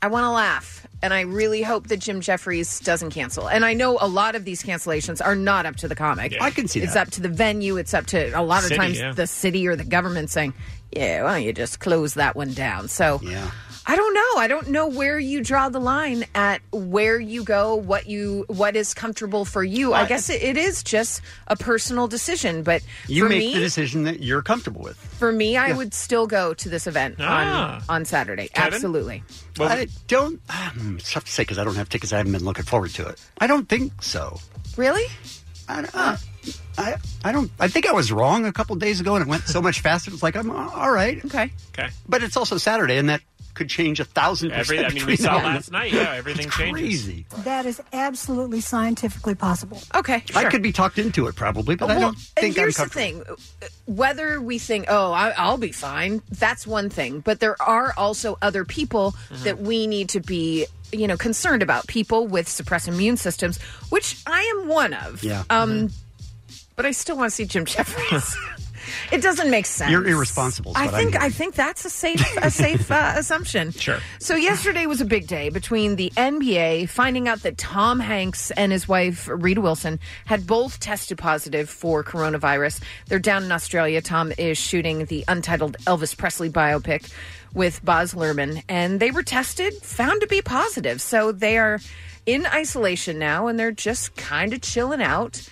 I want to laugh. And I really hope that Jim Jeffries doesn't cancel. And I know a lot of these cancellations are not up to the comic.
I can see
It's
that.
up to the venue. It's up to a lot of
City,
times
yeah.
the city or the government saying, yeah, why don't you just close that one down? So
Yeah.
I don't know. I don't know where you draw the line at where you go, what you what is comfortable for you. I,
I-
guess it, it is just a personal decision, but
You
for
make
me,
the decision that you're comfortable with.
for me, I
Yeah.
would still go to this event
Ah.
on on Saturday.
Kevin?
Absolutely.
I don't. Um, it's tough to say because I don't have tickets. I haven't been looking forward to it. I don't think so.
Really?
I, uh, I, I don't. I think I was wrong a couple days ago, and it went so much faster. It's like I'm uh, all right.
Okay.
Okay.
But it's also Saturday, and that could change a thousand
Every,
percent.
I mean, we
between
saw
now and
last
then.
night. Yeah, everything changes.
Crazy.
That is absolutely scientifically possible.
Okay.
I could be talked into it probably, but I
Well,
don't think
and
I'm
here's the
comfortable.
thing: whether we think, "Oh, I, I'll be fine," that's one thing. But there are also other people
Mm-hmm.
Mhm.
that we need to be, you know, concerned about. People with suppressed immune systems, which I am one of.
Yeah.
Mm-hmm.
Um, but I still want to see Jim Jeffries. It doesn't make sense.
You're irresponsible. is
I
what I'm
think
hearing.
I think that's a safe a safe uh, assumption.
Sure.
So yesterday was a big day between the NBA finding out that Tom Hanks and his wife Rita Wilson had both tested positive for coronavirus. They're down in Australia. Tom is shooting the untitled Elvis Presley biopic with Boz Luhrmann, and they were tested, found to be positive. So they are in isolation now, and they're just kind of chilling out.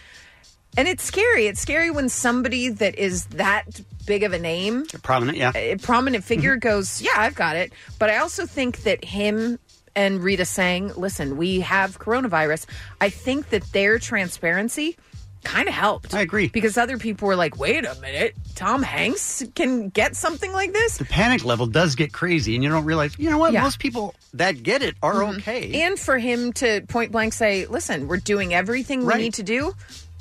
And it's scary. It's scary when somebody that is that big of a name,
Prominent, yeah. Mm-hmm.
a prominent figure, goes, Yeah, I've got it. But I also think that him and Rita saying, Listen, we have coronavirus, I think that their transparency kind of helped. I agree. Because other people were like, Wait a minute, Tom Hanks can get something like this?
The panic level does get crazy, and you don't realize, you know what?
Yeah.
Most people that get it are
Mhm.
okay.
And for him to point blank say, listen, we're doing everything we need to do.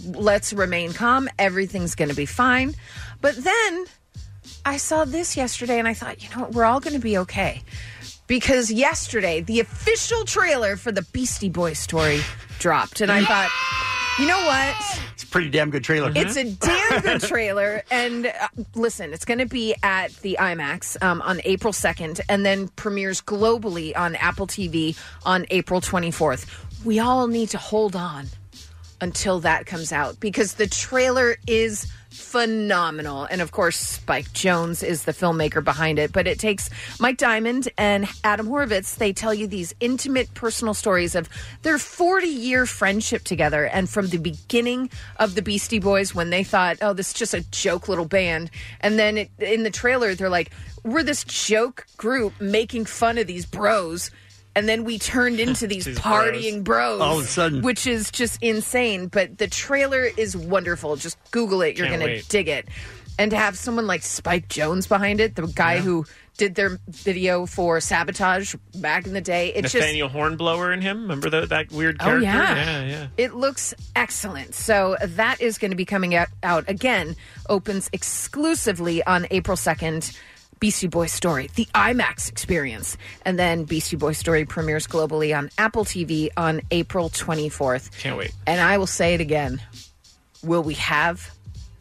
Let's remain calm. Everything's going to be fine. But then I saw this yesterday and I thought, you know what? We're all going to be okay. Because yesterday, the official trailer for the Beastie Boys story dropped. And I thought, you know what?
It's a pretty damn good trailer.
It's a damn good trailer. And uh, listen, it's going to be at the IMAX um, on April 2nd and then premieres globally on Apple TV on April 24th. We all need to hold on until that comes out because the trailer is phenomenal. And of course, Spike Jones is the filmmaker behind it. But it takes Mike Diamond and Adam Horvitz, they tell you these intimate personal stories of their 40 year friendship together. And from the beginning of the Beastie Boys, when they thought, oh, this is just a joke little band. And then it, in the trailer, they're like, we're this joke group making fun of these bros. And then we turned into these partying bros.
All of a sudden.
Which is just insane. But the trailer is wonderful. Just Google it. You're
Can't
going to
wait.
dig it. And to have someone like Spike Jones behind it, the guy who did their video for Sabotage back in the day, it's just
Nathaniel Hornblower in him. Remember tho- that weird
Oh,
character?
yeah.
yeah, yeah.
It looks excellent. So that is going to be coming out, out again. Opens exclusively on April 2nd. Beastie Boys Story, the IMAX experience. And then Beastie Boys Story premieres globally on Apple TV on April 24th.
Can't wait.
And I will say it again. Will we have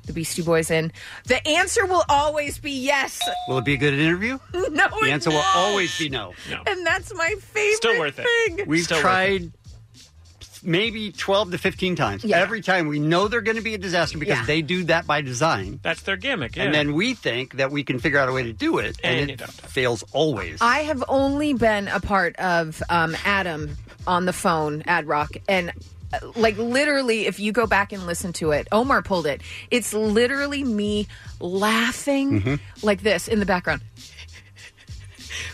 the Beastie Boys in? The answer will always be yes.
Mm-hmm.
Will it be a good interview?
Oh, No,
The answer will always be no.
And that's my favorite
Still worth it.
thing.
We've tried maybe 12 to 15 times. Every time we know they're going to be a disaster because
Yeah.
they do that by design.
That's their gimmick. Yeah.
And then we think that we can figure out a way to do it, and,
And you
it
don't.
fails always.
I have only been a part of um, Adam on the phone, Ad Rock, and uh, like literally, if you go back and listen to it, Omar pulled it. It's literally me
Mm-hmm.
laughing
Mm-hmm.
Mhm.
like this in the background.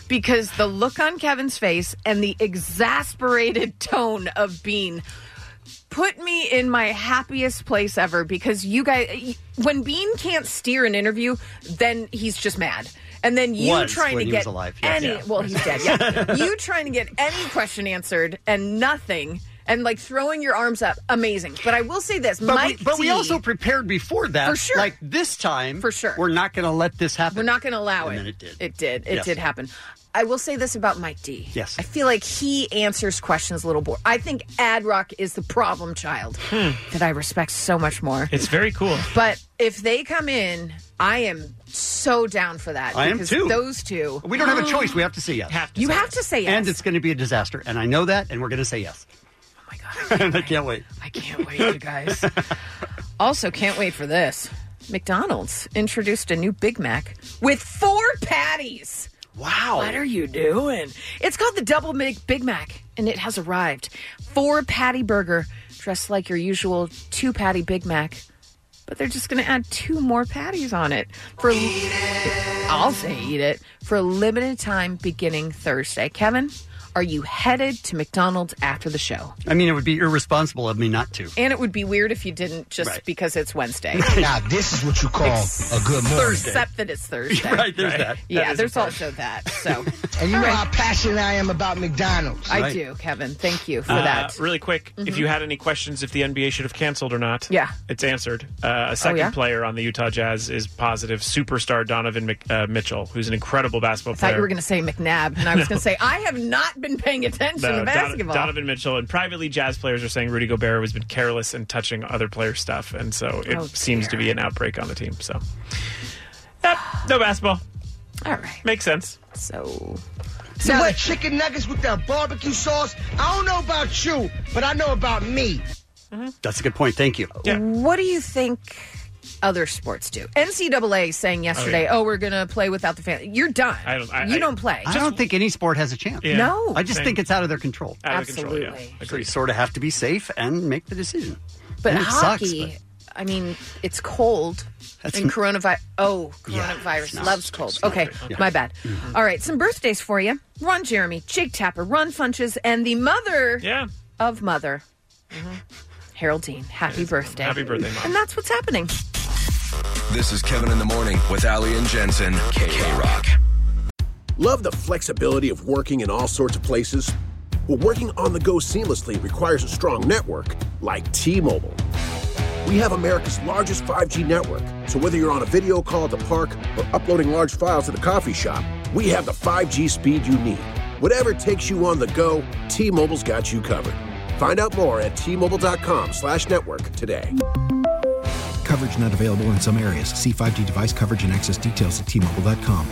Because the look on Kevin's face and the exasperated tone of Bean put me in my happiest place ever because you guys when bean can't steer an interview then he's just mad and then you
Was
trying
when
to
he
get
was alive, yes.
any
Yeah.
well he's dead yeah you trying to get any question answered and nothing and like throwing your arms up amazing but i will say this
but
mike
we, but we
T,
also prepared before that.
For sure.
Like this time, for
sure.
we're not going to let this happen.
we're not going to allow it
And then it did.
it did it
Yes.
did happen i will say this about mike d
Yes.
I feel like he answers questions a little more. I think Ad Rock is the problem child that I respect so much more.
It's very cool.
But if they come in, I am so down for that.
I am
because
too.
Those two.
We don't have a choice. We have to say yes.
You have to say yes.
And it's going to be a disaster. And I know that, and we're going to say yes. Oh my God. I can't wait.
I can't wait, you guys. also, can't wait for this. McDonald's introduced a new Big Mac with four patties.
Wow.
What are you doing? It's called the Double Big, Big Mac, and it has arrived. Four patty burger, dressed like your usual two patty Big Mac, but they're just going to add two more patties on it. For I'll say eat it for a limited time beginning Thursday. Kevin, are you headed to McDonald's after the show?
I mean, it would be irresponsible of me not to.
And it would be weird if you didn't just because it's Wednesday.
Now, this is what you call a good
Except that it's Thursday.
Right, there's that. That
Yeah,
is
there's
important.
also that. So
And you know how passionate I am about McDonald's.
I
Right.
do, Kevin. Thank you for
Uh,
that.
Really quick, if
Mhm.
you had any questions if the NBA should have canceled or not,
Yeah.
it's answered. Uh, a second
Oh, yeah?
player on the Utah Jazz is positive superstar Donovan Mc, uh, Mitchell, who's an incredible basketball
I thought
player.
you were going to say McNabb, and I was
No.
going to say I have not been paying attention
No,
to
Don-
basketball.
Donovan Mitchell and privately Jazz players are saying Rudy Gobert has been careless in touching other players' stuff, and so it
Oh,
seems to be an outbreak on the team. So, Yep, no basketball.
All right,
makes sense.
So,
So now the chicken nuggets with the barbecue sauce. I don't know about you, but I know about me.
That's a good point. Thank you.
Mm-hmm. What do you think other sports do? NCAA saying yesterday, "Oh,
yeah.
we're going to play without the fan." You're done.
I
don't.
you don't play.
I don't think any sport has a chance.
Yeah. No.
I just
Same.
think it's out of their control.
Out of control, yeah. Absolutely.
So you sort of have to be safe and make the decision.
but
And it
hockey.
sucks.
I mean, it's cold.
That's
and
n-
coronavirus. Oh,
Yeah,
coronavirus
it's not-
loves cold. Okay,
Yeah. Mm-hmm.
my bad. All right, some birthdays for you: Ron Jeremy, Jake Tapper, Ron Funches, and the mother of mother,
Mm-hmm.
Haroldine. Happy birthday!
Happy birthday, Mom.
And that's what's happening.
This is Kevin in the Morning with Ali and Jensen. K Rock.
Love the flexibility of working in all sorts of places? Well, working on the go seamlessly requires a strong network like T Mobile. We have America's largest 5G network, so whether you're on a video call at the park or uploading large files at a coffee shop, we have the 5G speed you need. Whatever takes you on the go, T Mobile's got you covered. Find out more at T Mobile.com slash network today.
Coverage not available in some areas. See 5G device coverage and access details at tmobile.com.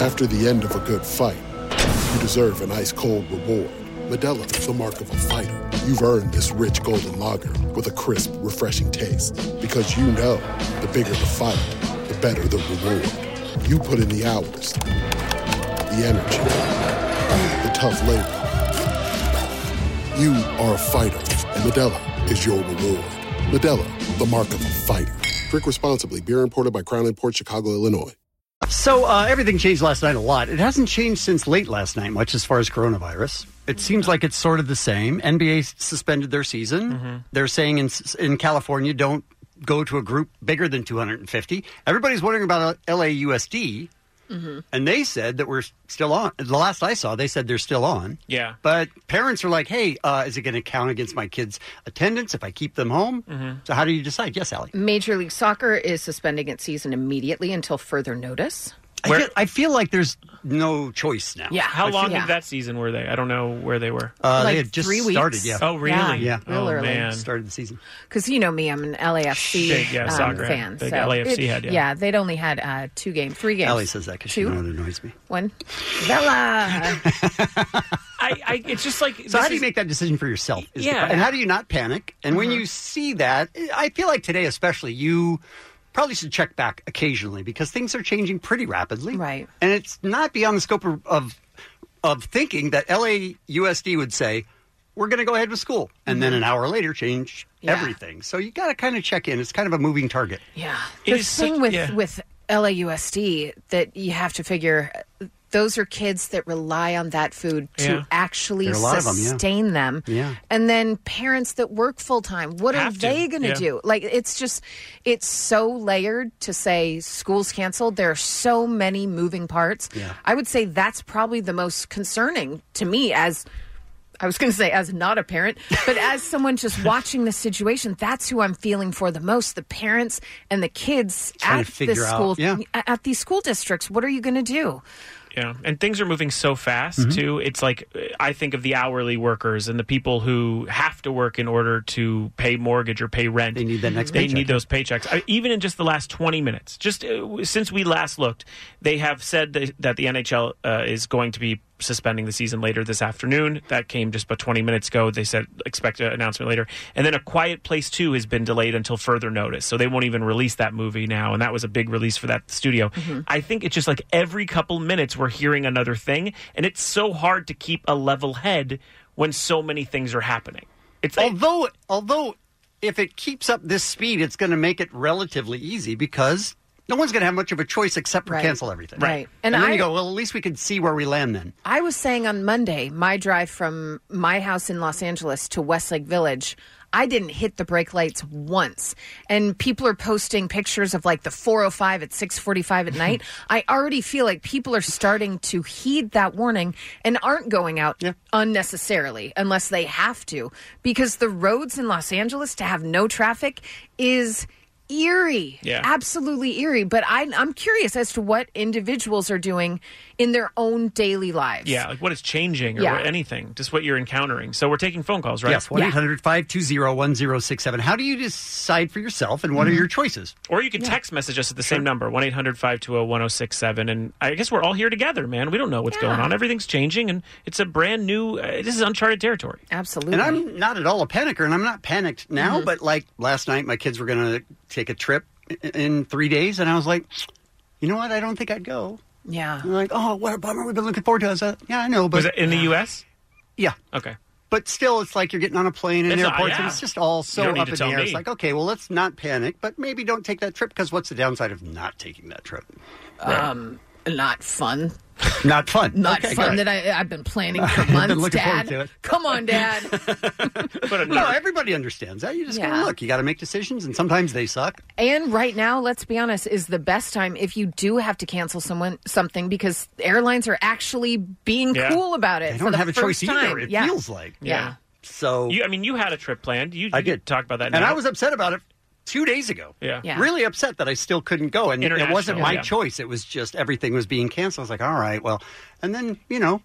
After the end of a good fight, you deserve an ice cold reward. Medella is the mark of a fighter. You've earned this rich golden lager with a crisp, refreshing taste. Because you know the bigger the fight, the better the reward. You put in the hours, the energy, the tough labor. You are a fighter, and Medella is your reward. Medella, the mark of a fighter. Drink responsibly. Beer imported by Crown Port Chicago, Illinois.
So uh, everything changed last night a lot. It hasn't changed since late last night much as far as coronavirus. It seems like it's sort of the same. NBA suspended their season.
Mm-hmm.
They're saying in in California don't go to a group bigger than 250. Everybody's wondering about uh, LAUSD,
Mm-hmm.
and they said that we're still on. The last I saw, they said they're still on.
Yeah.
But parents are like, "Hey, uh, is it going to count against my kids' attendance if I keep them home?"
Mm-hmm.
So how do you decide? Yes, Allie.
Major League Soccer is suspending its season immediately until further notice.
I feel, I feel like there's no choice now.
Yeah.
How
I
long
feel- Yeah.
of that season were they? I don't know where they were.
Uh, they had just started. Yeah.
Oh, really?
Yeah.
Oh, man.
Started the season.
Because you know me, I'm an LAFC
Big, yeah,
um,
soccer,
fan.
big
so
LAFC
it-
head, yeah.
they'd only had uh, two games, three games.
Allie says that because she
Two?
knows it annoys me.
One. Bella.
I, I, it's just like.
So how do you make that decision for yourself? is the
Yeah.
que- and how do you not panic? And when
Mhm.
you see that, I feel like today especially, you probably should check back occasionally because things are changing pretty rapidly. Right. And it's not beyond the scope of of, of thinking that LAUSD would say, we're going to go ahead with school. And then an hour later, change
Yeah.
everything. So you got to kind of check in. It's kind of a moving target.
yeah.
It
The
is
thing
such-
with
yeah.
with LAUSD that you have to figure uh, those are kids that rely on that food to
Yeah.
actually
There are a lot of 'em, um, yeah.
sustain them.
Yeah.
And then parents that work full time, what
Have
are
to,
they going to
yeah.
do? Like, it's just, it's so layered to say school's canceled. There are so many moving parts.
Yeah.
I would say that's probably the most concerning to me as. I was going to say, as not a parent, but as someone just watching the situation, that's who I'm feeling for the most the parents and the kids
Trying
at
to figure
this
out,
school,
yeah.
at these school districts. What are you going to do?
Yeah, and things are moving so fast
Mhm.
too. It's like uh, I think of the hourly workers and the people who have to work in order to pay mortgage or pay rent. They need
that next
They
paycheck,
need those paychecks. I, even in just the last twenty minutes, just uh, w- since we last looked, they have said th- that the NHL uh, is going to be suspending the season later this afternoon. That came just about twenty minutes ago. They said expect an announcement later, and then A Quiet Place Two has been delayed until further notice. So they won't even release that movie now, and that was a big release for that studio.
Mm-hmm.
Mhm.
I think it's just like every couple minutes we're hearing another thing, and it's so hard to keep a level head when so many things are happening. It's like,
although although if it keeps up this speed, it's going to make it relatively easy because no one's going to have much of a choice except for
Right.
cancel everything.
Right.
And,
And
then
I-
you go, well, at least we can see where we land then.
I was saying on Monday, my drive from my house in Los Angeles to Westlake Village, I didn't hit the brake lights once. And people are posting pictures of like the 405 at 645 at night. I already feel like people are starting to heed that warning and aren't going out unnecessarily unless they have to because the roads in Los Angeles to have no traffic is eerie.
Yeah.
Absolutely eerie. But I, I'm curious as to what individuals are doing in their own daily lives.
Yeah, like what is changing or
Yeah.
what, anything, just what you're encountering. So we're taking phone calls, right?
Yes, 1 800 520 1067. How do you decide for yourself and what are
Mhm.
your choices?
Or you can text message us at the same number, 1 800 520 1067. And I guess we're all here together, man. We don't know what's going on. Everything's changing, and it's a brand new, uh, this is uncharted territory.
Absolutely. Mm-hmm.
And I'm not at all a panicker, and I'm not panicked now.
Mhm.
But like last night, my kids were going to take a trip i- in three days, and I was like, you know what? I don't think I'd go.
Yeah.
And they're like, oh, what a bummer. We've been looking forward to it. I was like, yeah, I know. But
Was it in the U.S.?
Yeah.
Okay.
But still, it's like you're getting on a plane in
It's not-
airports, and
yeah.
it's just all so
You don't need
up
to
in the
tell
air. It's
me.
like, okay, well, let's not panic, but maybe don't take that trip because what's the downside of not taking that trip?
Um, not fun.
Not fun.
Not
Okay,
fun
good.
that I, I've been planning for
I've been
months,
looking forward
Dad.
to it.
Come on, Dad.
no, everybody understands that. You just
Yeah.
gotta look. You gotta make decisions, and sometimes they suck.
and right now, let's be honest, is the best time if you do have to cancel someone something because airlines are actually being
Yeah.
cool about it.
They
for
don't
the
have a
first
choice either,
time.
it
Yeah.
feels like.
Yeah.
So
you, I mean, you had a trip planned. You,
I
you
did.
talk about that,
And I was upset about it two days ago.
Yeah. Yeah.
Really upset that I still couldn't go. And it wasn't
International,
my
yeah.
choice. It was just everything was being canceled. I was like, all right, well. And then, you know,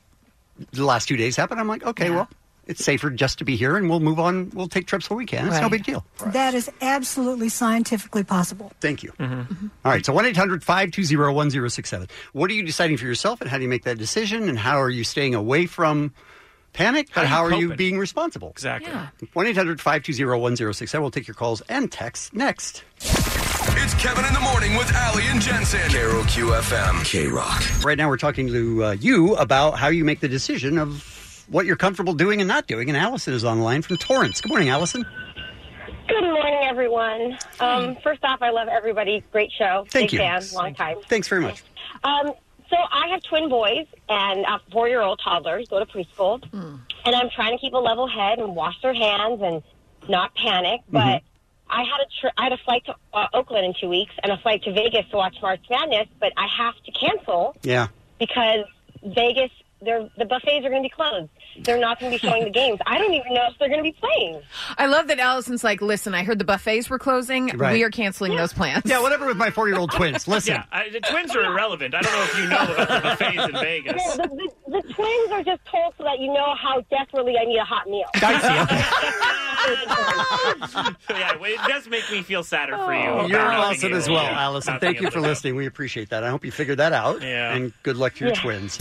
the last two days happened. I'm like, okay, well, it's safer just to be here and we'll move on. We'll take trips when we can. It's no
Right.
big deal.
That is absolutely scientifically possible.
Thank you.
Mm-hmm.
All right. So 1 800 520 1067. What are you deciding for yourself and how do you make that decision? And how are you staying away from panic? But
How
how
you
are you
coping?
being responsible?
Exactly.
1 800 520 1067. We'll take your calls and texts next.
It's Kevin in the Morning with Ali and Jensen. Carol QFM. K Rock.
Right now, we're talking to uh, you about how you make the decision of what you're comfortable doing and not doing. And Allison is online from Torrance. Good morning, Allison.
Good morning, everyone. Um, first off, I love everybody. Great show.
Thank
Big
you.
fan. Long time.
Thanks very much.
Um, so I have twin boys and a four-year-old toddlers go to preschool,
Mm-hmm.
and I'm trying to keep a level head and wash their hands and not panic. But I had a tri- I had a flight to uh, Oakland in two weeks and a flight to Vegas to watch March Madness, but I have to cancel
Yeah.
because Vegas. They're, the buffets are going to be closed. They're not going to be showing the games. I don't even know if they're going to be playing.
I love that Allison's like, listen, I heard the buffets were closing.
Right.
We are canceling those plans.
Yeah, whatever with my four year old twins. Listen.
Yeah, I, the twins are irrelevant. I don't know if you know about the buffets in Vegas.
The, the, the twins are just told so that you know how desperately I need a hot meal.
yeah, well, it does make me feel sadder for you. about
Oh. You're
not being
awesome
able
as
to-
well,
yeah,
Allison.
not
Thank
being
you
able
for
to go.
listening. We appreciate that. I hope you figured that out.
Yeah.
And good luck to your
Yeah.
twins.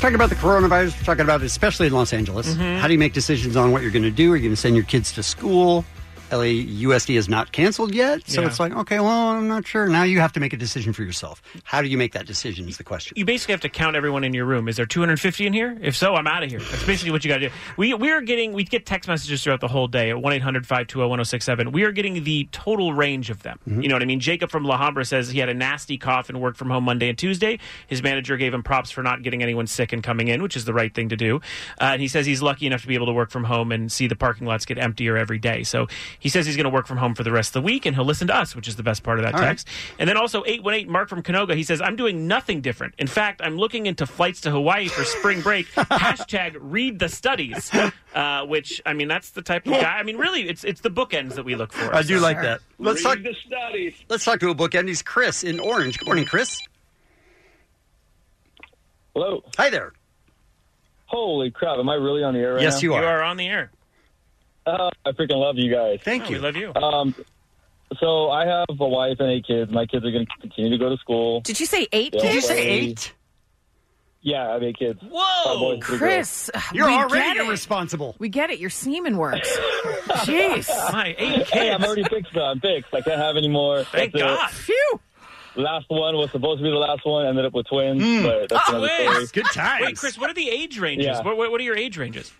Talking about the coronavirus, we're talking about it, especially in Los Angeles. How do you make decisions on what you're going to do? Are you going to send your kids to school? LA USD is not canceled yet. So
Yeah.
it's like, okay, well, I'm not sure. Now you have to make a decision for yourself. How do you make that decision is the question.
You basically have to count everyone in your room. Is there 250 in here? If so, I'm out of here. That's basically what you got to do. We we are getting we get text messages throughout the whole day at 1 800 520 1067. We are getting the total range of them.
Mm-hmm.
You know what I mean? Jacob from La Habra says he had a nasty cough and worked from home Monday and Tuesday. His manager gave him props for not getting anyone sick and coming in, which is the right thing to do. Uh, and he says he's lucky enough to be able to work from home and see the parking lots get emptier every day. So he says he's going to work from home for the rest of the week and he'll listen to us, which is the best part of that
All right.
text. And then also 818 Mark from Canoga, he says, I'm doing nothing different. In fact, I'm looking into flights to Hawaii for spring break. Hashtag read the studies. Uh, which, I mean, that's the type of guy. I mean, really, it's it's the bookends that we look for.
I do
So-
like that. Let's talk, the studies. Let's talk to a bookend. He's Chris in Orange. Good morning, Chris.
Hello.
Hi there.
Holy crap! Am I really on the air right
Yes,
now?
you are. You are
on the air.
Uh, I freaking love you guys.
Thank Oh, you. we love
you.
Um, so I have a wife and eight kids. My kids are going to continue to go to school.
Did you say eight
They'll
kids?
play- Yeah, I have eight kids. Five boys, three girls.
Chris, we get it.
irresponsible.
We get it. Your semen works. Jeez.
Hey, I'm already fixed though. I'm fixed. I can't have any more.
Thank
That's
God.
It.
Phew.
Last one was supposed to be the last one. Ended up with twins, but that's
Oh,
another
wait.
story.
Wait, Chris, what are the age ranges?
Yeah.
What, what what are your age ranges?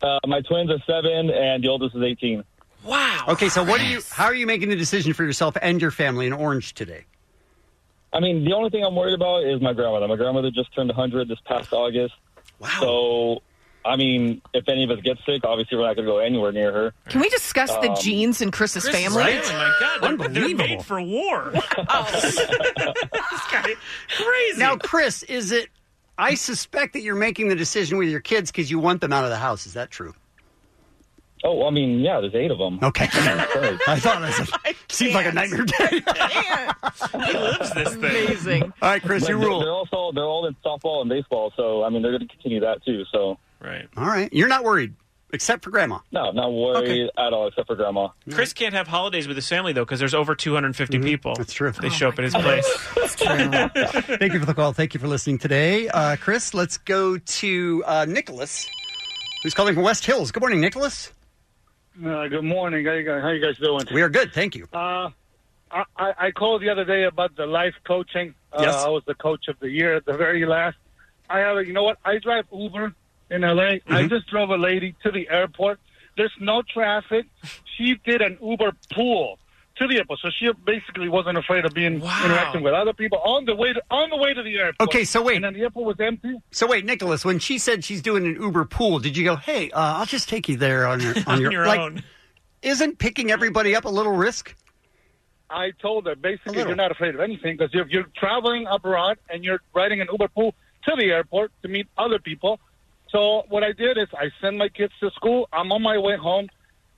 Uh, my twins are seven, and the oldest is eighteen.
Wow.
Okay, so what are you? How are you making the decision for yourself and your family in Orange today?
I mean, the only thing I'm worried about is my grandmother. My grandmother just turned 100 this past August. Wow. So I mean, if any of us get sick, obviously we're not going to go anywhere near her.
Can we discuss the
Um,
genes in Chris's,
Chris's
family?
family, my
God, they're- they're Unbelievable. made for war.
Crazy. Now, Chris, is it? I suspect that you're making the decision with your kids because you want them out of the house. Is that true?
Oh, I mean, yeah, there's eight of them.
Okay.
I
thought I was like, seems like a nightmare.
He lives this thing. Amazing.
All right, Chris,
But
you
they're-
rule.
They're also they're all in softball and baseball, so I mean they're going to continue that too. So
right,
All right, you're not worried except for Grandma.
no, not worried at all, except for grandma.
Chris can't have holidays with his family though because there's over 250 people. That's
Mm-hmm. true. Oh
They show up at his place.
Thank you for the call. Thank you for listening today, uh, Chris. Let's go to uh, Nicholas, who's calling from West Hills. Good morning, Nicholas.
Uh, good morning. How you guys, how you guys doing?
We are good, thank you.
Uh, I, I I called the other day about the life coaching. Uh,
Yes.
I was the coach of the year, the very last. I have, a- you know what? I drive Uber in LA. I
Mm-hmm.
just drove a lady to the airport. There's no traffic. She did an Uber pool to the airport, so she basically wasn't afraid of being interacting with other people on the way to, on the way to the airport.
Okay, so wait.
and then the airport was empty.
So wait, Nicholas, when she said she's doing an Uber pool, did you go, "Hey, uh, I'll just take you there on your on,
On
your,
your
like,
own.
Isn't picking everybody up a little risk?
I told her basically
little.
you're not afraid of anything because you're, you're traveling abroad and you're riding an Uber pool to the airport to meet other people. So what I did is I send my kids to school. I'm on my way home.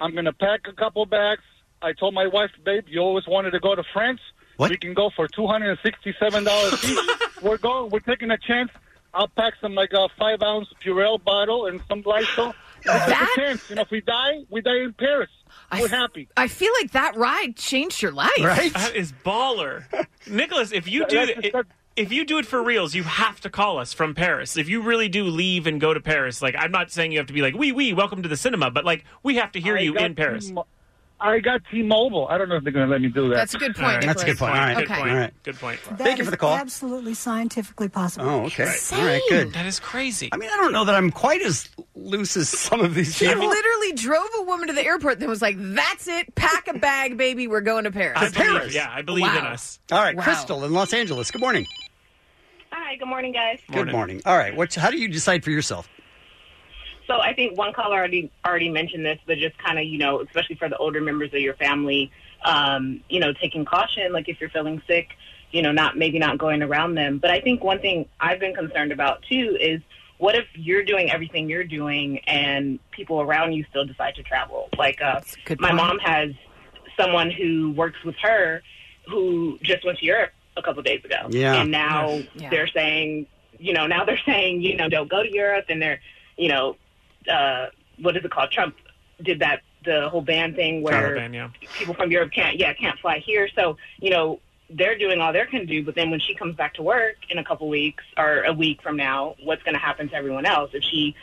I'm going to pack a couple bags. I told my wife, babe, you always wanted to go to France. We can go for two hundred and sixty-seven dollars each. we're going. We're taking a chance. I'll pack some like a five-ounce Purell bottle and some Lysol. That's a chance. You know, if we die, we die in Paris. We're happy.
I feel like that ride changed your life.
That is baller. Nicholas, if you do it, if you do it for reals, you have to call us from Paris. If you really do leave and go to Paris, like I'm not saying you have to be like, "Wee wee, welcome to the cinema," but like we have to hear you
got
in Paris.
T-Mo- I got T-Mobile. I don't know if they're going to let me do that.
That's a good
All right. Good
Okay.
point.
All right.
Good point.
Thank
Thank you
is
for the call.
Absolutely scientifically possible.
Oh, okay. All right, good.
That is crazy.
I mean, I don't know that I'm quite as loose as some of these
He
people.
literally drove a woman to the airport and was like, that's it. Pack a bag, baby. We're going to Paris.
To Paris.
Wow.
All right,
Wow.
Crystal in Los Angeles. Good morning.
Hi, good morning, guys.
Good morning. All right, what, how do you decide for yourself?
So I think one caller already already mentioned this, but just kind of you know, especially for the older members of your family, um, you know, taking caution. Like if you're feeling sick, you know, not maybe not going around them. But I think one thing I've been concerned about too is what if you're doing everything you're doing and people around you still decide to travel? Like uh,
good
my
point.
mom has someone who works with her who just went to Europe a couple days ago,
Yeah.
and now
Yeah.
they're saying, you know, now they're saying, you know, don't go to Europe, and they're, you know, uh, what is it called? Trump did that the whole ban thing where
Travel ban, yeah.
people from Europe can't yeah can't fly here. So you know they're doing all they can do. But then when she comes back to work in a couple weeks or a week from now, what's going to happen to everyone else if she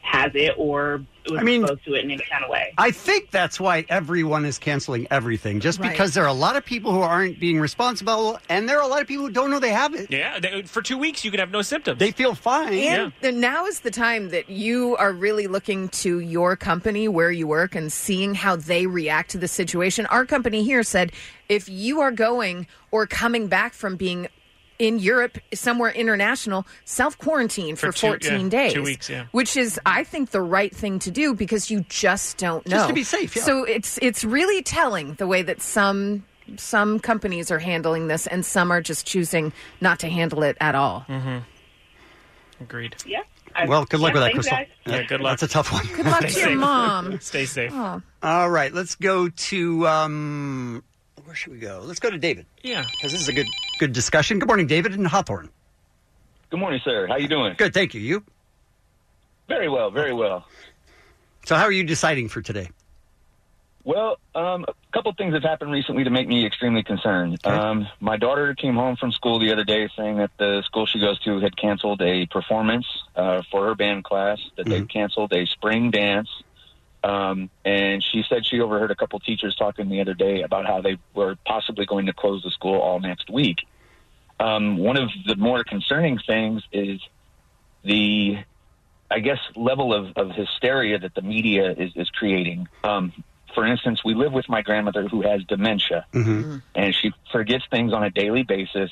has it or was
I mean-
exposed to it in any kind of way?
I think that's why everyone is canceling everything, just
Right.
because there are a lot of people who aren't being responsible, and there are a lot of people who don't know they have it.
Yeah, they, for two weeks you could have no symptoms.
They feel fine.
And then now is the time that you are really looking to your company where you work and seeing how they react to the situation. Our company here said if you are going or coming back from being in Europe, somewhere international, self quarantine for,
For two-
14
yeah,
days.
two weeks, yeah.
Which is, I think, the right thing to do because you just don't know.
Just to be safe, yeah.
So it's it's really telling the way that some some companies are handling this and some are just choosing not to handle it at all.
Mm-hmm. Agreed.
Yeah.
Well, good luck with that, Crystal.
Yeah, good luck.
That's a tough one.
Good luck to your mom.
Stay safe.
Oh.
All right, let's go to um, where should we go? Let's go to David
Yeah.
because this is a good good discussion. Good morning, David and Hawthorne.
Good morning, sir. How you doing?
Good, thank you. You.
Very well, very well.
So, how are you deciding for today?
Well, um, a couple things have happened recently to make me extremely concerned. Um, my daughter came home from school the other day saying that the school she goes to had canceled a performance uh, for her band class, that they canceled a spring dance. Um, and she said she overheard a couple teachers talking the other day about how they were possibly going to close the school all next week. Um, one of the more concerning things is the I guess, level of, of hysteria that the media is, is creating. Um, for instance, we live with my grandmother who has dementia,
Mm-hmm.
and she forgets things on a daily basis.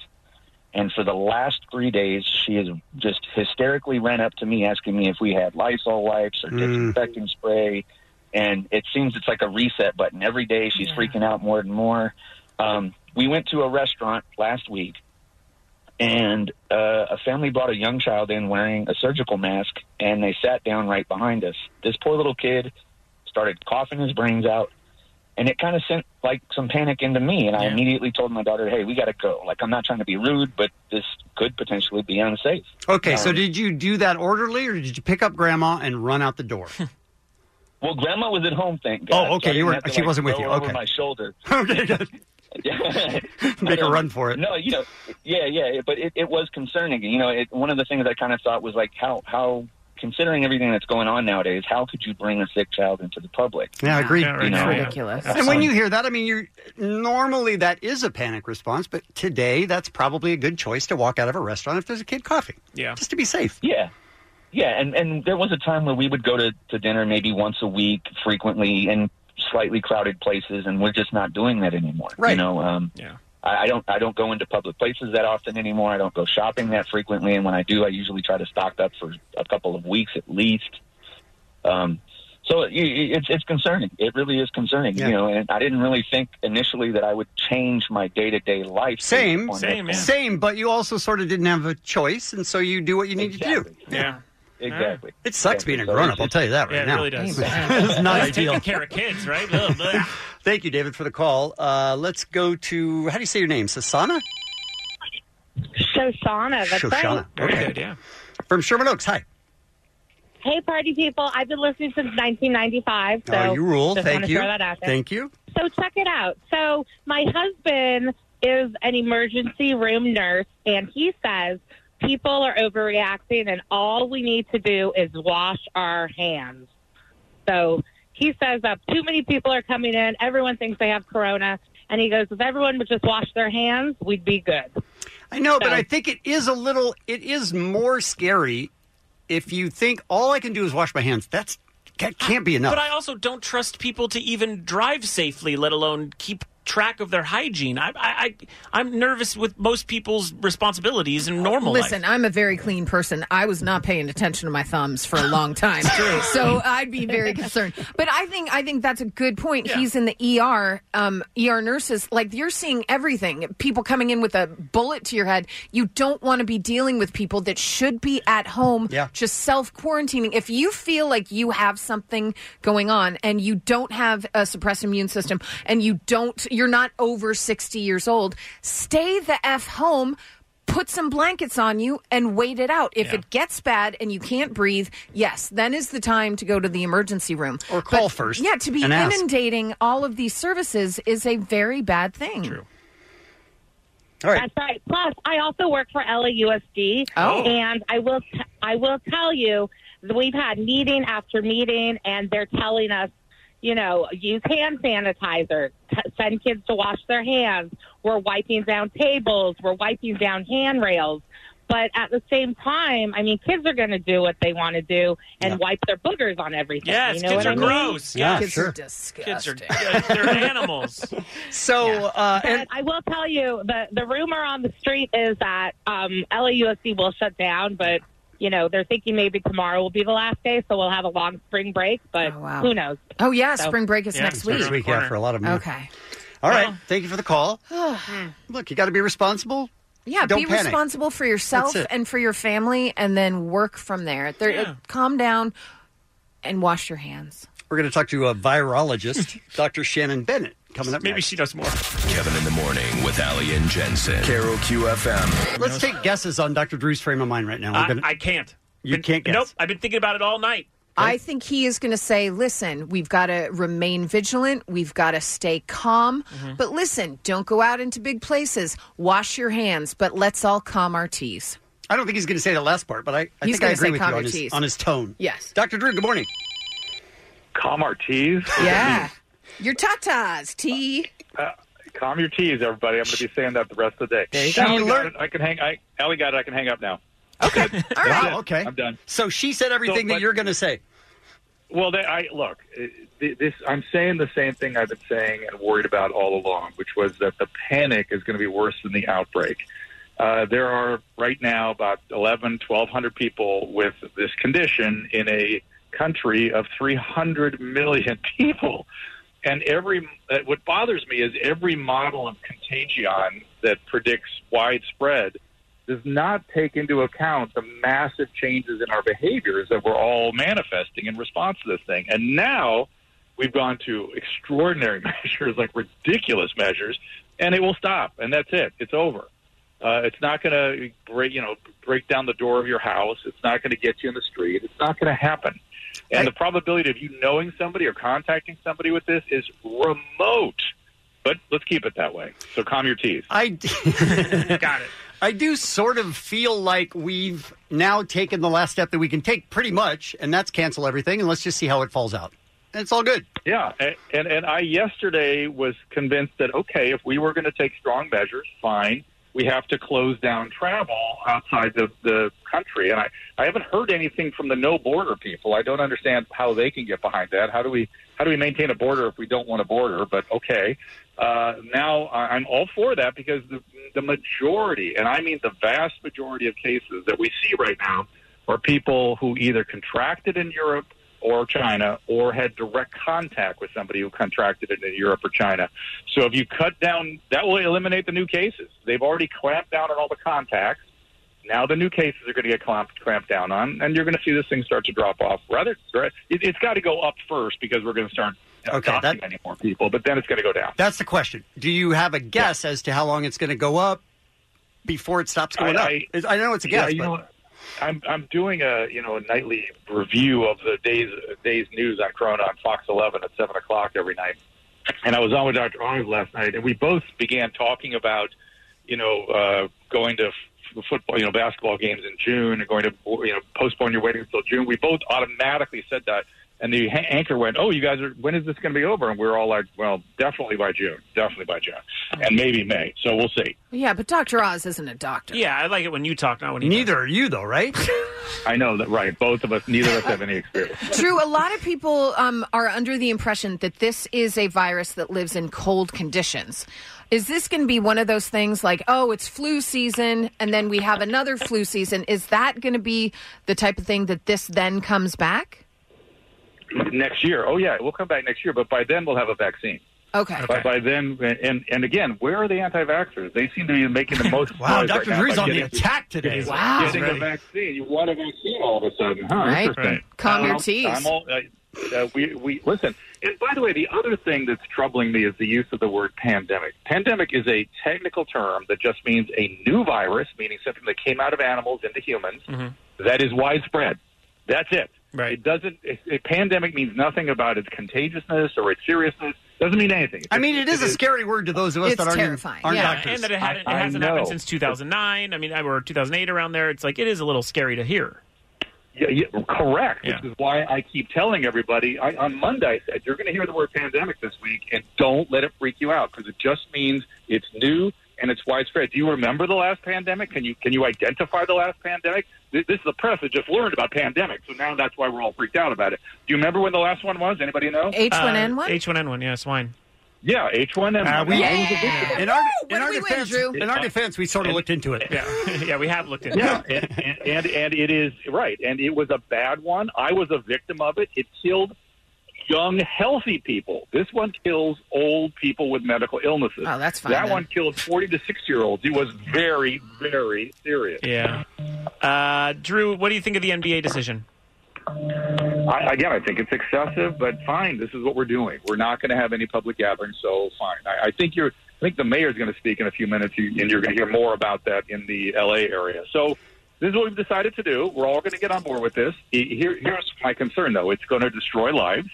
And for the last three days, she has just hysterically ran up to me asking me if we had Lysol wipes or disinfecting spray. And it seems it's like a reset button. Every day she's freaking out more and more. Um, we went to a restaurant last week, and uh, a family brought a young child in wearing a surgical mask, and they sat down right behind us. This poor little kid started coughing his brains out and it kind of sent like some panic into me and i immediately told my daughter hey we got to go like i'm not trying to be rude but this could potentially be unsafe
Okay, so
Um,
did you do that orderly, or did you pick up Grandma and run out the door?
well grandma was at home thank
Oh,
god
okay,
I didn't
you were-
have to,
she
like,
wasn't with
throw
you,
over
okay.
my shoulder
okay Make a run for it.
No, you know, yeah, yeah, but it, it was concerning. You know, it, one of the things I kind of thought was like, how, how, considering everything that's going on nowadays, how could you bring a sick child into the public? Um,
Yeah, I agree.
You know?
And when you hear that, I mean, you're normally that is a panic response, but today that's probably a good choice to walk out of a restaurant if there's a kid coughing.
Yeah.
Just to be safe.
Yeah. Yeah, and, and there was a time where we would go to, to dinner maybe once a week, frequently in slightly crowded places, and we're just not doing that anymore. You
Right.
know, um,
yeah.
I, I don't I don't go into public places that often anymore. I don't go shopping that frequently, and when I do, I usually try to stock up for a couple of weeks at least. Um, so it, it- it's it's concerning. It really is concerning. You know, and I didn't really think initially that I would change my day to day life.
Same,
based on
same,
this.
but you also sort of didn't have a choice, and so you do what you need to do.
Yeah.
Exactly.
It sucks being a grown up. I'll tell you that right
yeah,
now.
it really does.
it's not
It's
ideal.
Taking care of kids, right? Ugh, bleh.
Thank you, David, for the call. Uh, let's go to how do you say your name? Sasana?
Shoshana, that's right.
Shoshana. okay.
yeah.
From Sherman Oaks. Hi.
Hey, party people! I've been listening since 1995. So
oh, you rule.
Just
Thank
wanna
you.
Throw that out there.
Thank you.
So check it out. So my husband is an emergency room nurse, and he says people are overreacting, and all we need to do is wash our hands. So he says that too many people are coming in. Everyone thinks they have corona, and he goes, if everyone would just wash their hands, we'd be good.
I know, but I think it is a little. It is more scary if you think all I can do is wash my hands. That's that can't
Ah,
be enough.
But I also don't trust people to even drive safely, let alone keep track of their hygiene. I, I, I I'm nervous with most people's responsibilities in normal
Listen,
life.
I'm a very clean person. I was not paying attention to my thumbs for a long time.
true.
So
uh,
I'd be very concerned. But I think I think that's a good point. He's in the ER, um, ER nurses, like you're seeing everything. People coming in with a bullet to your head. You don't want to be dealing with people that should be at home
Yeah.
just self quarantining. If you feel like you have something going on and you don't have a suppressed immune system and you don't you're not over 60 years old, stay the F home put some blankets on you and wait it out. If it gets bad and you can't breathe, yes, then is the time to go to the emergency room or
call first
Yeah, to be
and ask.
inundating all of these services is a very bad thing. True.
That's right. Plus, I also work for LAUSD,
Oh.
and I will t- I will tell you that we've had meeting after meeting, and they're telling us, you know, use hand sanitizer, t- send kids to wash their hands. We're wiping down tables, we're wiping down handrails. But at the same time, I mean, kids are going to do what they want to do and wipe their boogers on everything.
Yes,
you know
kids
what
are
I mean?
gross.
Yeah,
yes.
sure.
Kids are they're animals.
So, uh,
but I will tell you the the rumor on the street is that um, LAUSD will shut down, but you know they're thinking maybe tomorrow will be the last day, so we'll have a long spring break. But who knows?
Oh yeah,
So-
spring break is next
it's
week.
Next week, yeah, for a lot of them.
Okay.
All right. Thank you for the call. Look, you got to be responsible.
Yeah,
Don't
be
panic.
responsible for yourself
That's it.
and for your family and then work from there. there
Yeah.
calm down and wash your hands.
We're going to talk to a virologist, Dr. Shannon Bennett, coming up.
Maybe
next.
she does more. Kevin in the morning with Ali and Jensen. Carol QFM.
Let's take guesses on Dr. Drew's frame of mind right now. We're
I,
gonna-
I can't.
you can't guess.
Nope. I've been thinking about it all night.
I think he is going to say, listen, we've got to remain vigilant. We've got to stay calm. But listen, don't go out into big places. Wash your hands, but let's all calm our teas.
I don't think he's going to say the last part, but I, I
He's
think I
gonna say
agree with you
calm your
on his,
teeth.
on his tone.
Yes.
Dr. Drew, good morning.
Calm our teas.
Yeah. Your tatas, tea.
Uh, calm your teas, everybody. I'm going to be saying that the rest of the day.
There you go.
Allie
You
got
learn-
it. I can hang. I, Allie got it. I can hang up now.
All
it.
right. Okay.
I'm done.
So she said everything
So,
that
but-
you're going to say.
Well, they, I look. uh, th- This I'm saying the same thing I've been saying and worried about all along, which was that the panic is going to be worse than the outbreak. Uh, there are right now about 11, 1,200 people with this condition in a country of 300 million people. And every uh, what bothers me is every model of contagion that predicts widespread does not take into account the massive changes in our behaviors that we're all manifesting in response to this thing. And now we've gone to extraordinary measures, like ridiculous measures, and it will stop. And that's it. It's over. Uh, it's not going to break, you know, break down the door of your house. It's not going to get you in the street. It's not going to happen. And the probability of you knowing somebody or contacting somebody with this is remote. But let's keep it that way. So calm your teeth.
I got it. I do sort of feel like we've now taken the last step that we can take, pretty much, and that's cancel everything, and let's just see how it falls out. And it's all good.
Yeah, and, and and I yesterday was convinced that okay, if we were going to take strong measures, fine, we have to close down travel outside the the country. And I I haven't heard anything from the no border people. I don't understand how they can get behind that. How do we how do we maintain a border if we don't want a border? But okay, uh, now I- I'm all for that because the the majority, and I mean the vast majority of cases that we see right now, are people who either contracted in Europe or China or had direct contact with somebody who contracted it in Europe or China. So if you cut down, that will eliminate the new cases. They've already clamped down on all the contacts. Now the new cases are going to get clamped, clamped down on, and you're going to see this thing start to drop off. Rather, it, it's got to go up first because we're going to start you know,
Okay, that-
documenting more people, but then it's going to go down.
That's the question. Do you have a guess as to how long it's going to go up before it stops going
I-
up?
I-
It's- I, know it's a
Yeah,
guess.
you
but-
know, I'm I'm doing a you know a nightly review of the day's day's news on Corona on Fox 11 at seven o'clock every night, and I was on with Dr. Arnold last night, and we both began talking about you know uh, going to f- football you know basketball games in June and going to you know postpone your wedding until June. We both automatically said that. And the ha- anchor went, "Oh, you guys are. When is this going to be over?" And we are all like, "Well, definitely by June, definitely by June, and maybe May. So we'll see."
Yeah, but Dr. Oz isn't a doctor.
Yeah, I like it when you talk, not when he
Neither are you, though, right?
I know that, right? Both of us, neither of us have any experience.
Drew, a lot of people um, are under the impression that this is a virus that lives in cold conditions. Is this going to be one of those things like, oh, it's flu season, and then we have another flu season? Is that going to be the type of thing that this then comes back?
next year. Oh yeah, we'll come back next year, but by then we'll have a vaccine.
Okay.
By, by then, and and again, where are the anti-vaxxers? They seem to be making the most.
Wow,
noise
Dr.
right now
Drew's
by
on the
getting-
attack today. Wow.
getting the
Right.
vaccine. You want a vaccine all of a sudden, huh?
Right.
Interesting.
Right. Calm your
I'm-
teeth.
I'm all- uh, uh, we we listen. And by the way, the other thing that's troubling me is the use of the word pandemic. Pandemic is a technical term that just means a new virus, meaning something that came out of animals into humans
Mm-hmm.
that is widespread. That's it. Right. It doesn't. It, it, pandemic means nothing about its contagiousness or its seriousness. Doesn't mean anything.
I mean, it is a scary word to those of us that aren't, aren't doctors.
And that it, had, it
I- I
hasn't happened
know.
since 2009. I mean, I were 2008 around there. It's like it is a little scary to hear.
Yeah, yeah, correct. Which is why I keep telling everybody I, on Monday. I said you're going to hear the word pandemic this week, and don't let it freak you out because it just means it's new and it's widespread. Do you remember the last pandemic? Can you can you identify the last pandemic? This, this is the press that just learned about pandemic, so now that's why we're all freaked out about it. Do you remember when the last one was? Anybody know?
Uh, H1N1. Yeah, swine.
Yeah, H1N1.
Uh, we-
That was a big
Yeah.
one.
In our- Woo! in What our do we win, defense- Drew?
in our defense, we sort of looked into it.
Yeah, yeah, we have looked into
Uh, yeah,
it.
and, and, and and it is right, and it was a bad one. I was a victim of it. It killed young, healthy people. This one kills old people with medical illnesses.
Oh, that's fine
That
then.
one killed forty to six year olds. It was very, very serious.
Yeah. Uh, Drew, what do you think of the NBA decision?
I, again, I think it's excessive, but fine. This is what we're doing. We're not going to have any public gatherings, so fine. I, I think you're. I think the mayor's going to speak in a few minutes, you- and you're going to hear more about that in the LA area. So this is what we've decided to do. We're all going to get on board with this. E- Here, here's my concern, though. It's going to destroy lives.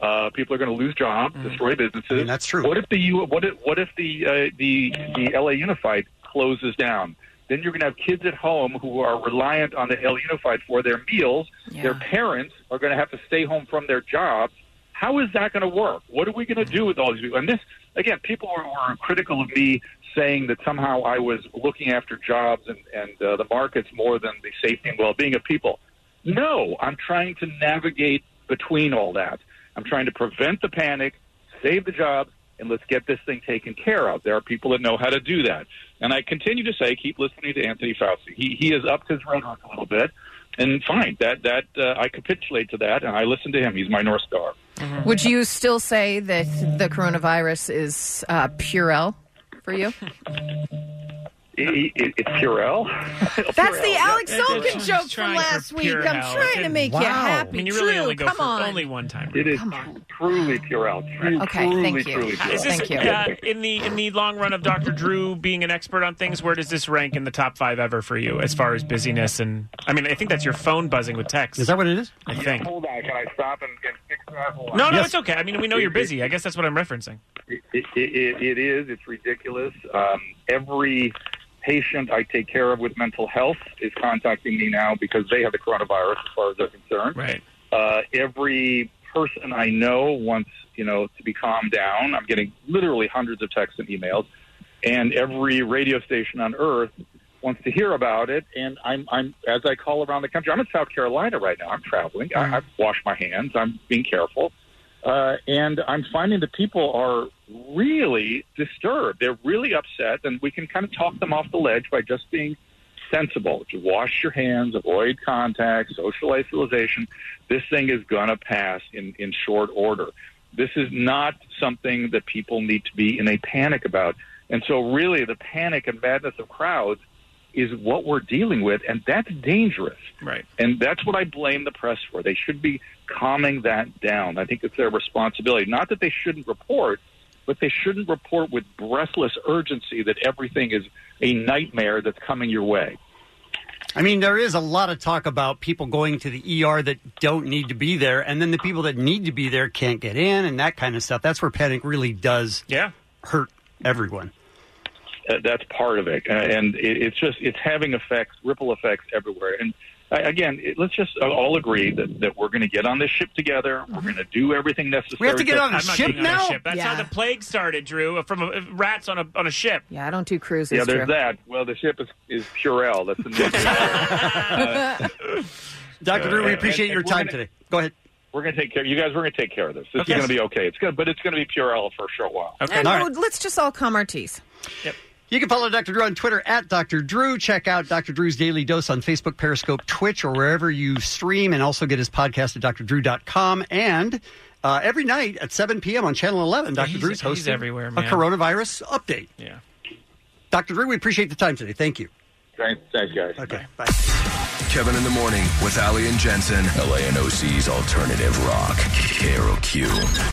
Uh, people are going to lose jobs, destroy businesses. Mm. that's true. What if the U- what if, what if the uh, the the LA Unified closes down? Then you're going to have kids at home who are reliant on the LA Unified for their meals. Their parents are going to have to stay home from their jobs. How is that going to work? What are we going to do with all these people? And this, again, people were, were critical of me saying that somehow I was looking after jobs and, and uh, the markets more than the safety and well being of people. No, I'm trying to navigate between all that. I'm trying to prevent the panic, save the jobs, and let's get this thing taken care of. There are people that know how to do that. And I continue to say, keep listening to Anthony Fauci. He, he has upped his rhetoric a little bit. And fine, that, that uh, I capitulate to that, and I listen to him. He's my North Star.
Would you still say that the coronavirus is uh, Purell for you?
It, it, it's Purell.
That's the Alex
Yeah,
Zolkin
she's
joke from
trying
last
for
week.
pure
I'm
hell. It
trying to
didn't-
make you happy.
I mean, you really
True,
only go
come
for
on.
only one time.
It is truly Purell. Tru-
Okay,
truly,
thank you.
Truly Purell.
Is this, Uh, in the in the long run of Dr. Drew being an expert on things, where does this rank in the top five ever for you as far as busyness and I mean I think that's your phone buzzing with text. Is that
what it is?
I think.
Hold on, can I stop and, and fix that? Hold on.
No, no, it's okay. I mean we know you're busy. I guess that's what I'm referencing.
It, it, it, it is. It's ridiculous. Um, every patient I take care of with mental health is contacting me now because they have the coronavirus, as far as they're concerned.
Right.
Uh, every person I know wants, you know, to be calmed down. I'm getting literally hundreds of texts and emails, and every radio station on earth wants to hear about it. And I'm, I'm as I call around the country. I'm in South Carolina right now. I'm traveling. I, I've washed my hands. I'm being careful uh, and I'm finding that people are really disturbed. They're really upset, and we can kind of talk them off the ledge by just being sensible. To wash your hands, avoid contact, social isolation. This thing is going to pass in, in short order. This is not something that people need to be in a panic about. And so, really, the panic and madness of crowds is what we're dealing with, and that's dangerous.
Right.
And that's what I blame the press for. They should be calming that down. I think it's their responsibility. Not that they shouldn't report, but they shouldn't report with breathless urgency that everything is a nightmare that's coming your way.
I mean, there is a lot of talk about people going to the ER that don't need to be there, and then the people that need to be there can't get in, and that kind of stuff. That's where panic really does
yeah.
hurt everyone.
Uh, that's part of it, Uh, and it, it's just it's having effects, ripple effects everywhere. And uh, again, it, let's just uh, all agree that, that we're going to get on this ship together. We're going to do everything necessary.
I'm not getting on a ship. That's how
Yeah.
the plague started, Drew. From a, uh, rats on a on a ship.
Yeah, I don't do cruises.
Yeah, there's
Drew.
that. Well, the ship is, is Purell. That's the name.
Dr. Drew, we appreciate your time today. Go ahead.
We're going to take care. You guys, we're going to take care of this. This
Okay.
is going to be okay. It's good, but it's going to be Purell for a short while.
And we'll- let's just all calm our teas.
You can follow Dr. Drew on Twitter at Dr. Drew. Check out Dr. Drew's Daily Dose on Facebook, Periscope, Twitch, or wherever you stream, and also get his podcast at drdrew.com. And uh, every night at 7 p.m. on Channel 11, Dr.
he's-
Drew's
he's
hosting
everywhere,
a
man.
coronavirus update.
Yeah.
Dr. Drew, we appreciate the time today. Thank you.
Thanks, thanks guys.
Okay, bye.
Kevin in the Morning with Ali and Jensen. LANOC's Alternative Rock. KROQ.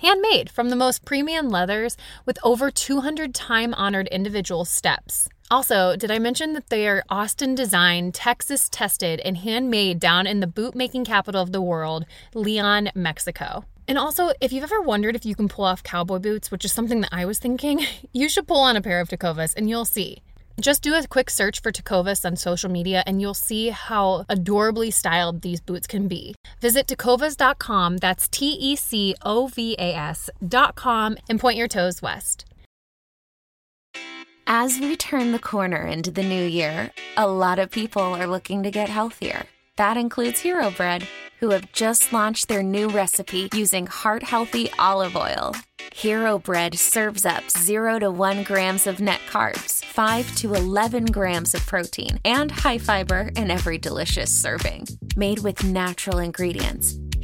handmade from the most premium leathers with over 200 time honored individual steps. Also, did I mention that they are Austin designed, Texas tested, and handmade down in the boot making capital of the world, Leon, Mexico? And also, if you've ever wondered if you can pull off cowboy boots, which is something that I was thinking, you should pull on a pair of Tecovas and you'll see. Just do a quick search for Tecovas on social media and you'll see how adorably styled these boots can be. Visit tecovas.com, that's T E C O V A S.com, and point your toes west.
As we turn the corner into the new year, a lot of people are looking to get healthier. That includes Hero Bread, who have just launched their new recipe using heart healthy olive oil. Hero Bread serves up 0 to 1 grams of net carbs, 5 to 11 grams of protein, and high fiber in every delicious serving. Made with natural ingredients,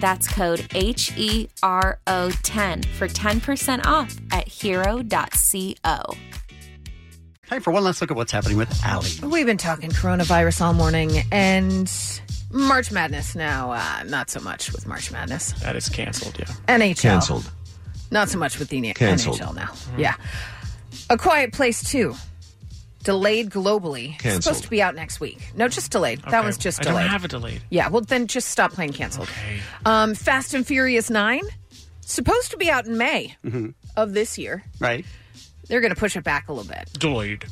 That's code H E R O 10 for 10% off at hero.co.
Time for one last look at what's happening with Allie.
We've been talking coronavirus all morning and March Madness now. Uh, not so much with March Madness.
That is canceled, yeah.
NHL. Not so much with the N-
Canceled.
NHL now.
Mm-hmm.
Yeah. A Quiet Place 2. Delayed globally. It's
Canceled.
Supposed to be out next week. No, just delayed. That
Okay,
was just
I
delayed.
don't have it delayed.
Yeah, well, then just stop playing canceled. Um, Fast and Furious 9. Supposed to be out in May
Mm-hmm.
hmm
of this year.
Right.
They're going to push it back a little bit.
Delayed.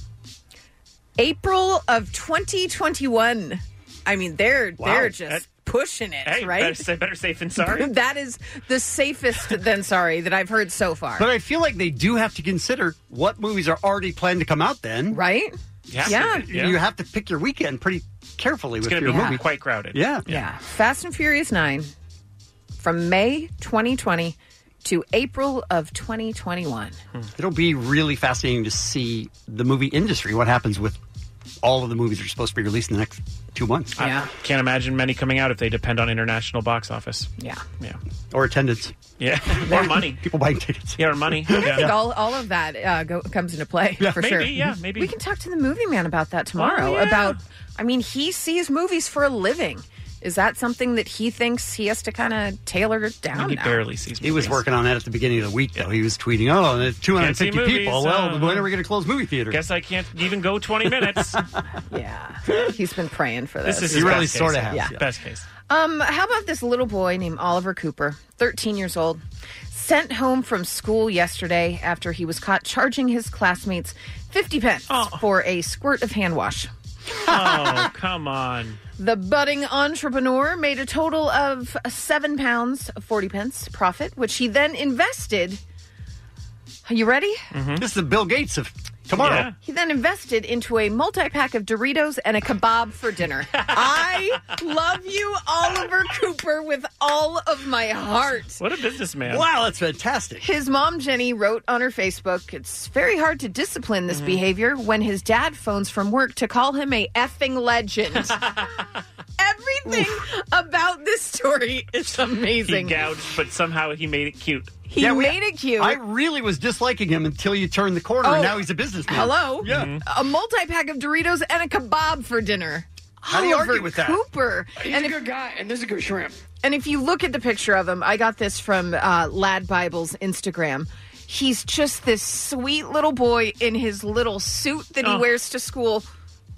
April of 2021. I mean, they're
Wow.
they're just
That-
pushing it,
Hey,
right?
better, say, better safe than sorry.
that is the safest than sorry that I've heard so far.
But I feel like they do have to consider what movies are already planned to come out then.
Right?
Yeah.
Yeah.
You have to pick your weekend pretty carefully
It's
with
going
your
to be
movie.
quite crowded.
Yeah.
yeah. Fast and Furious 9 from May 2020 to April of 2021.
Hmm.
It'll be really fascinating to see the movie industry, what happens with all of the movies that are supposed to be released in the next two months.
I can't imagine many coming out if they depend on international box office.
Yeah.
Yeah.
Or attendance.
Yeah. or money.
People buying tickets.
Yeah, or money.
I think all, all of that uh, go, comes into play
Yeah.
for
Maybe,
sure.
yeah, maybe.
We can talk to the movie man about that tomorrow.
Oh, yeah.
About, I mean, he sees movies for a living. Is that something that he thinks he has to kind of tailor down? now?
sees.
He was working on that at the beginning of the week, though. He was tweeting, "Oh, there's 250
Can't see
people.
movies,
well,
uh,
when are we going to close movie theaters?"
Guess I can't even go 20 minutes.
He's been praying for this.
this is
He
his
really
best case.
sorta has, yeah.
Best case.
Um, how about this little boy named Oliver Cooper, 13 years old, sent home from school yesterday after he was caught charging his classmates 50 pence for a squirt of hand wash.
Oh, come on.
The budding entrepreneur made a total of seven pounds, 40 pence profit, which he then invested. Are you ready?
Mm-hmm.
This is the Bill Gates of tomorrow.
He then invested into a multi pack of Doritos and a kebab for dinner. I love you, Oliver Cooper, with all of my heart.
What a businessman.
Wow, that's fantastic.
His mom, Jenny, wrote on her Facebook, It's very hard to discipline this behavior when his dad phones from work to call him a effing legend. Everything about this story is amazing.
He gouged, but somehow he made it cute.
He made it cute.
I really was disliking him until you turned the corner.
Oh,
and Now he's a businessman.
Hello?
Yeah. Mm-hmm.
A multi pack of Doritos and a kebab for dinner.
How do you argue
Oliver
with that?
Cooper. He's and a good guy, and there's a good shrimp. And if you look at the picture of him, I got this from uh, Lad Bible's Instagram. He's just this sweet little boy in his little suit that he
Oh.
wears to school,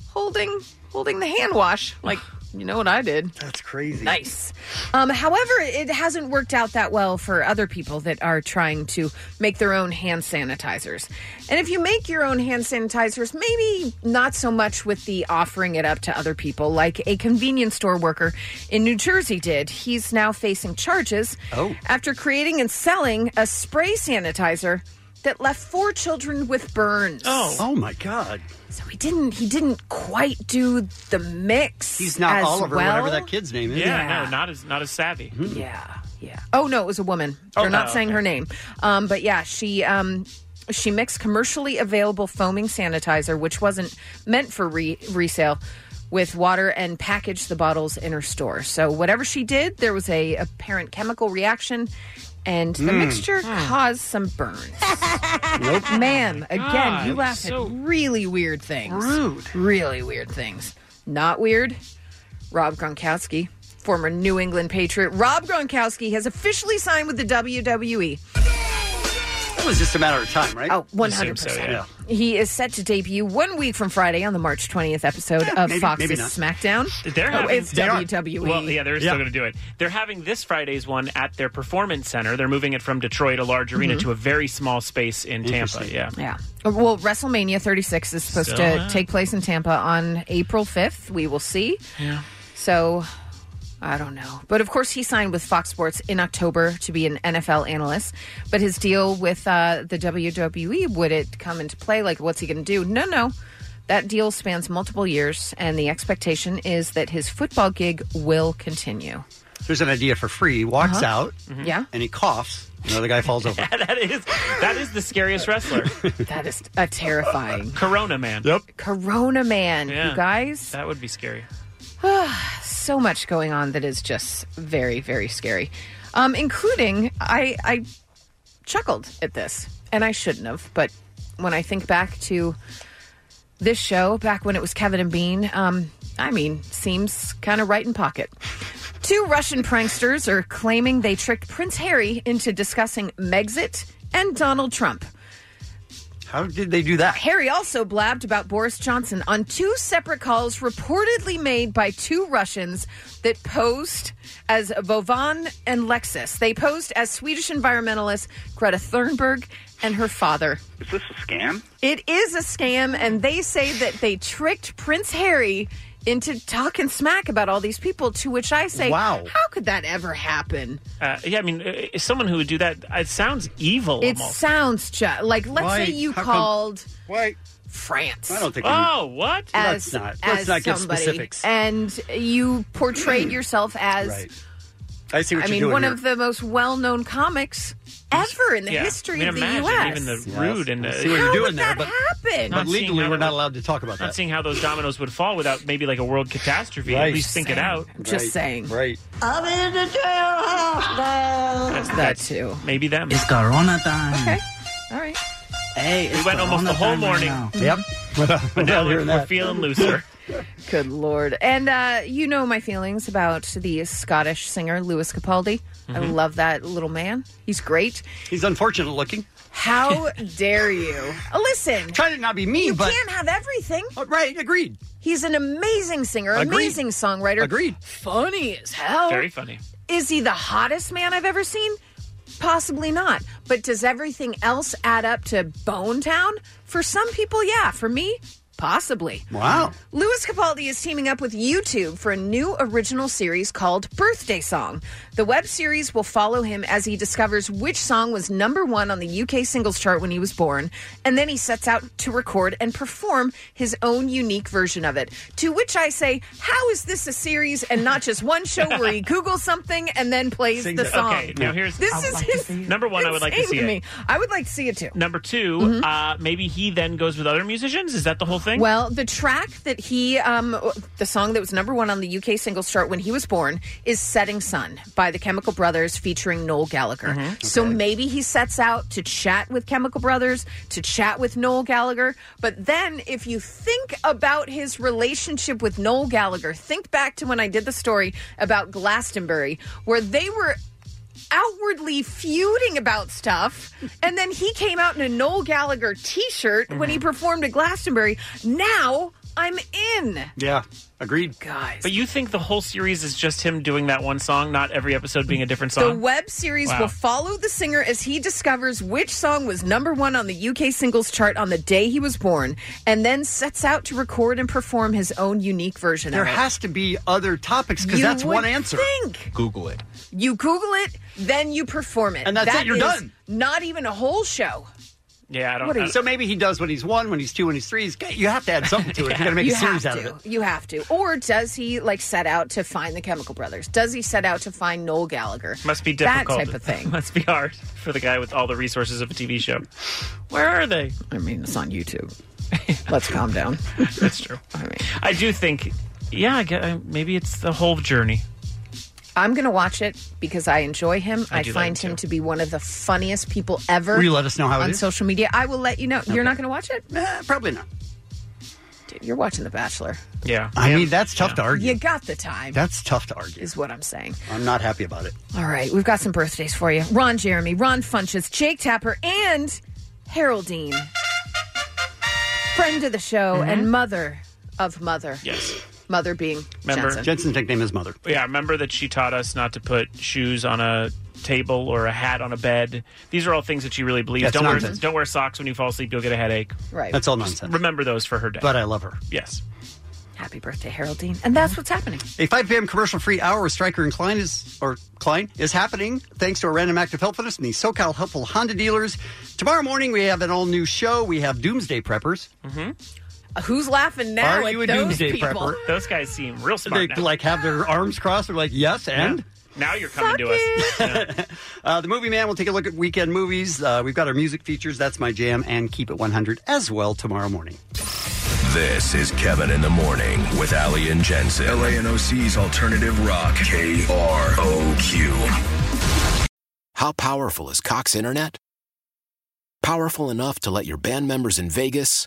holding holding the hand wash. Like, you know what I did?
That's crazy.
Nice. Um, however, it hasn't worked out that well for other people that are trying to make their own hand sanitizers. And if you make your own hand sanitizers, maybe not so much with the offering it up to other people, like a convenience store worker in New Jersey did. He's now facing charges
Oh.
after creating and selling a spray sanitizer that left four children with burns.
Oh. Oh my God.
So he didn't. He didn't quite do the mix.
He's not
as
Oliver,
well.
whatever that kid's name is. Hmm.
Yeah, no, not as not as savvy.
Yeah, yeah. Oh no, it was a woman. They're
Oh,
not
oh,
saying
okay.
her name. Um, but yeah, she um, she mixed commercially available foaming sanitizer, which wasn't meant for re- resale, with water and packaged the bottles in her store. So whatever she did, there was a apparent chemical reaction. And the
Hmm.
Mm.
mixture caused some burns.
Nope.
Ma'am, again,
God,
you laugh
so
at really weird things. Rude. Really weird things. Not weird. Rob Gronkowski, former New England Patriot, Rob Gronkowski has officially signed with the WWE.
That was just a matter of time, right?
Oh, 100%. He is set to debut one week from Friday on the March 20th episode of
maybe-
Fox's
maybe not.
SmackDown.
They're
Oh,
having,
it's E.
they are-
WWE.
Well, yeah, they're still going to do it. They're having this Friday's one at their performance center. They're moving it from Detroit, a large arena,
Mhm.
Mm-hmm.
to a very small space in Tampa. Yeah,
Yeah. Well, WrestleMania 36 is supposed
Still
to
not.
take place in Tampa on April 5th. We will see.
Yeah.
So I don't know. But of course, he signed with Fox Sports in October to be an NFL analyst. But his deal with uh, the WWE, would it come into play? Like, what's he going to do? No, no. That deal spans multiple years, and the expectation is that his football gig will continue.
There's an idea for free. He walks
Uh-huh.
out
Mhm. Yeah.
and he coughs. Another guy falls over.
that is that is the scariest wrestler.
that is a terrifying
Corona man.
Yep.
Corona man, you guys.
That would be scary.
so much going on that is just very, very scary. Um, including, I, I chuckled at this, and I shouldn't have, but when I think back to this show back when it was Kevin and Bean. Um, I mean, seems kind of right in pocket. Two Russian pranksters are claiming they tricked Prince Harry into discussing Megxit and Donald Trump.
How did they do that?
Harry also blabbed about Boris Johnson on two separate calls reportedly made by two Russians that posed as Vovan and Lexus. They posed as Swedish environmentalist Greta Thunberg and her father.
Is this a scam?
It is a scam, and they say that they tricked Prince Harry into talking smack about all these people, to which I say,
Wow.
How could that ever happen?
Uh, yeah, I mean, uh, someone who would do that, it sounds evil
It
almost.
sounds just like, let's
Why?
say you
How come-
called
Why?
France.
I don't think we- Oh, what?
As,
Let's not-
as
let's not give
somebody.
specifics.
And you portrayed yourself as,
Right. I see what
I
you're
mean,
doing
one
here.
of the most well known comics ever in the
Yeah.
history
I mean,
of the
imagine
U.S.
even the
Yes.
rude and the,
I see what you're How doing would there, that but-
happen?
but legally, we're not allowed to talk about
Not
that.
seeing how those dominoes would fall without maybe like a world catastrophe.
Right.
At least think it out.
Just Right. saying.
Right.
I'm in the jailhouse now.
That's,
too.
Maybe them.
It's Corona time.
Okay. All right.
Hey,
We went almost the whole morning.
yep.
But now we're, we're feeling looser.
Good lord. And uh, you know my feelings about the Scottish singer Lewis Capaldi. I
Mhm.
love that little man. He's great.
He's unfortunate looking.
How dare you? Uh, Listen.
Try to not be mean,
you
but- Oh,
can't have everything.
right, agreed.
He's an amazing singer,
Agreed.
amazing songwriter.
Agreed.
Funny as hell.
Very funny.
Is he the hottest man I've ever seen? Possibly not. But does everything else add up to Bone Town? For some people, yeah. For me, possibly.
Wow.
Louis Capaldi is teaming up with YouTube for a new original series called Birthday Song. The web series will follow him as he discovers which song was number one on the UK singles chart when he was born, and then he sets out to record and perform his own unique version of it. To which I say, how is this a series and not just one show where he Googles something and then plays
Sings
the
it.
song?
Okay, now here's-
this
I would
is
like to
his
Number one, I would like to
insane
see
me. Mm-hmm.
it.
I would like to see it too.
Number 2 uh, maybe he then goes with other musicians. Is that the whole thing?
Well, the track that he, um, the song that was number one on the UK singles chart when he was born, is "Setting Sun" by the Chemical Brothers featuring Noel Gallagher.
Mm-hmm.
So maybe he sets out to chat with Chemical Brothers, to chat with Noel Gallagher. But then, if you think about his relationship with Noel Gallagher, think back to when I did the story about Glastonbury, where they were outwardly feuding about stuff. And then he came out in a Noel Gallagher t shirt when
Mm-hmm.
he performed at Glastonbury. Now I'm in.
Yeah, agreed.
Guys.
But you think the whole series is just him doing that one song, not every episode being a different
The
song?
web series
Wow.
will follow the singer as he discovers which song was number one on the UK singles chart on the day he was born, and then sets out to record and perform his own unique version
There
of it.
has to be other topics because
You
that's
would
one answer.
think.
Google it.
You Google it, then you perform it.
And that's
That
it, you're
is
done.
Not even a whole show.
Yeah, I
don't- What are you-
so maybe he does when he's one, when he's two, when he's three. He's got- you have to add something to it. if You're going to make
you
a series
have
out of
to.
it.
You have to. Or does he like set out to find the Chemical Brothers? Does he set out to find Noel Gallagher?
Must be difficult.
That type of thing.
Must be hard for the guy with all the resources of a TV show. Where are they?
I mean, it's on YouTube. Let's calm down.
That's true.
I, mean,
I do think, yeah, I get, I, maybe it's the whole journey.
I'm going to watch it because I enjoy him.
I
I,
do like
find
him,
him to be one of the funniest people ever.
Will you let us know how it
on
is?
social media? I will let you know. You're not going to watch it?
probably not.
Dude, you're watching The Bachelor.
Yeah.
I mean, that's tough to argue.
You got the time.
That's tough to argue. Is
what I'm saying.
I'm not happy about it.
All right, we've got some birthdays for you. Ron Jeremy, Ron Funches, Jake Tapper, and Haroldine. Friend of the show
Mm-hmm.
and mother of mother.
Yes.
Mother being
Remember-
Jensen.
Jensen's nickname is Mother.
Yeah, remember that she taught us not to put shoes on a table or a hat on a bed. These are all things that she really believes.
That's
don't wear
nonsense.
don't wear socks when you fall asleep, you'll get a headache.
Right.
That's all nonsense.
Remember those for her day.
But I love her.
Yes.
Happy birthday, Haroldine. And that's what's happening.
A 5 p.m. commercial-free hour with Stryker and Klein is or Klein is happening thanks to a random act of helpfulness and the SoCal helpful Honda dealers. Tomorrow morning we have an all-new show. We have Doomsday Preppers.
Mm-hmm.
Uh, Who's laughing now?
Are
at
you a
those
doomsday
people?
prepper?
Those guys seem real
They
smart. now.
like have their arms crossed. They're like, yes, and.
Now you're coming to us.
Uh, the Movie Man will take a look at weekend movies. Uh, we've got our music features. That's my jam, and keep it 100 as well tomorrow morning.
This is Kevin in the Morning with Ali and Jensen. LANOC's Alternative Rock. K R O Q.
How powerful is Cox Internet? Powerful enough to let your band members in Vegas,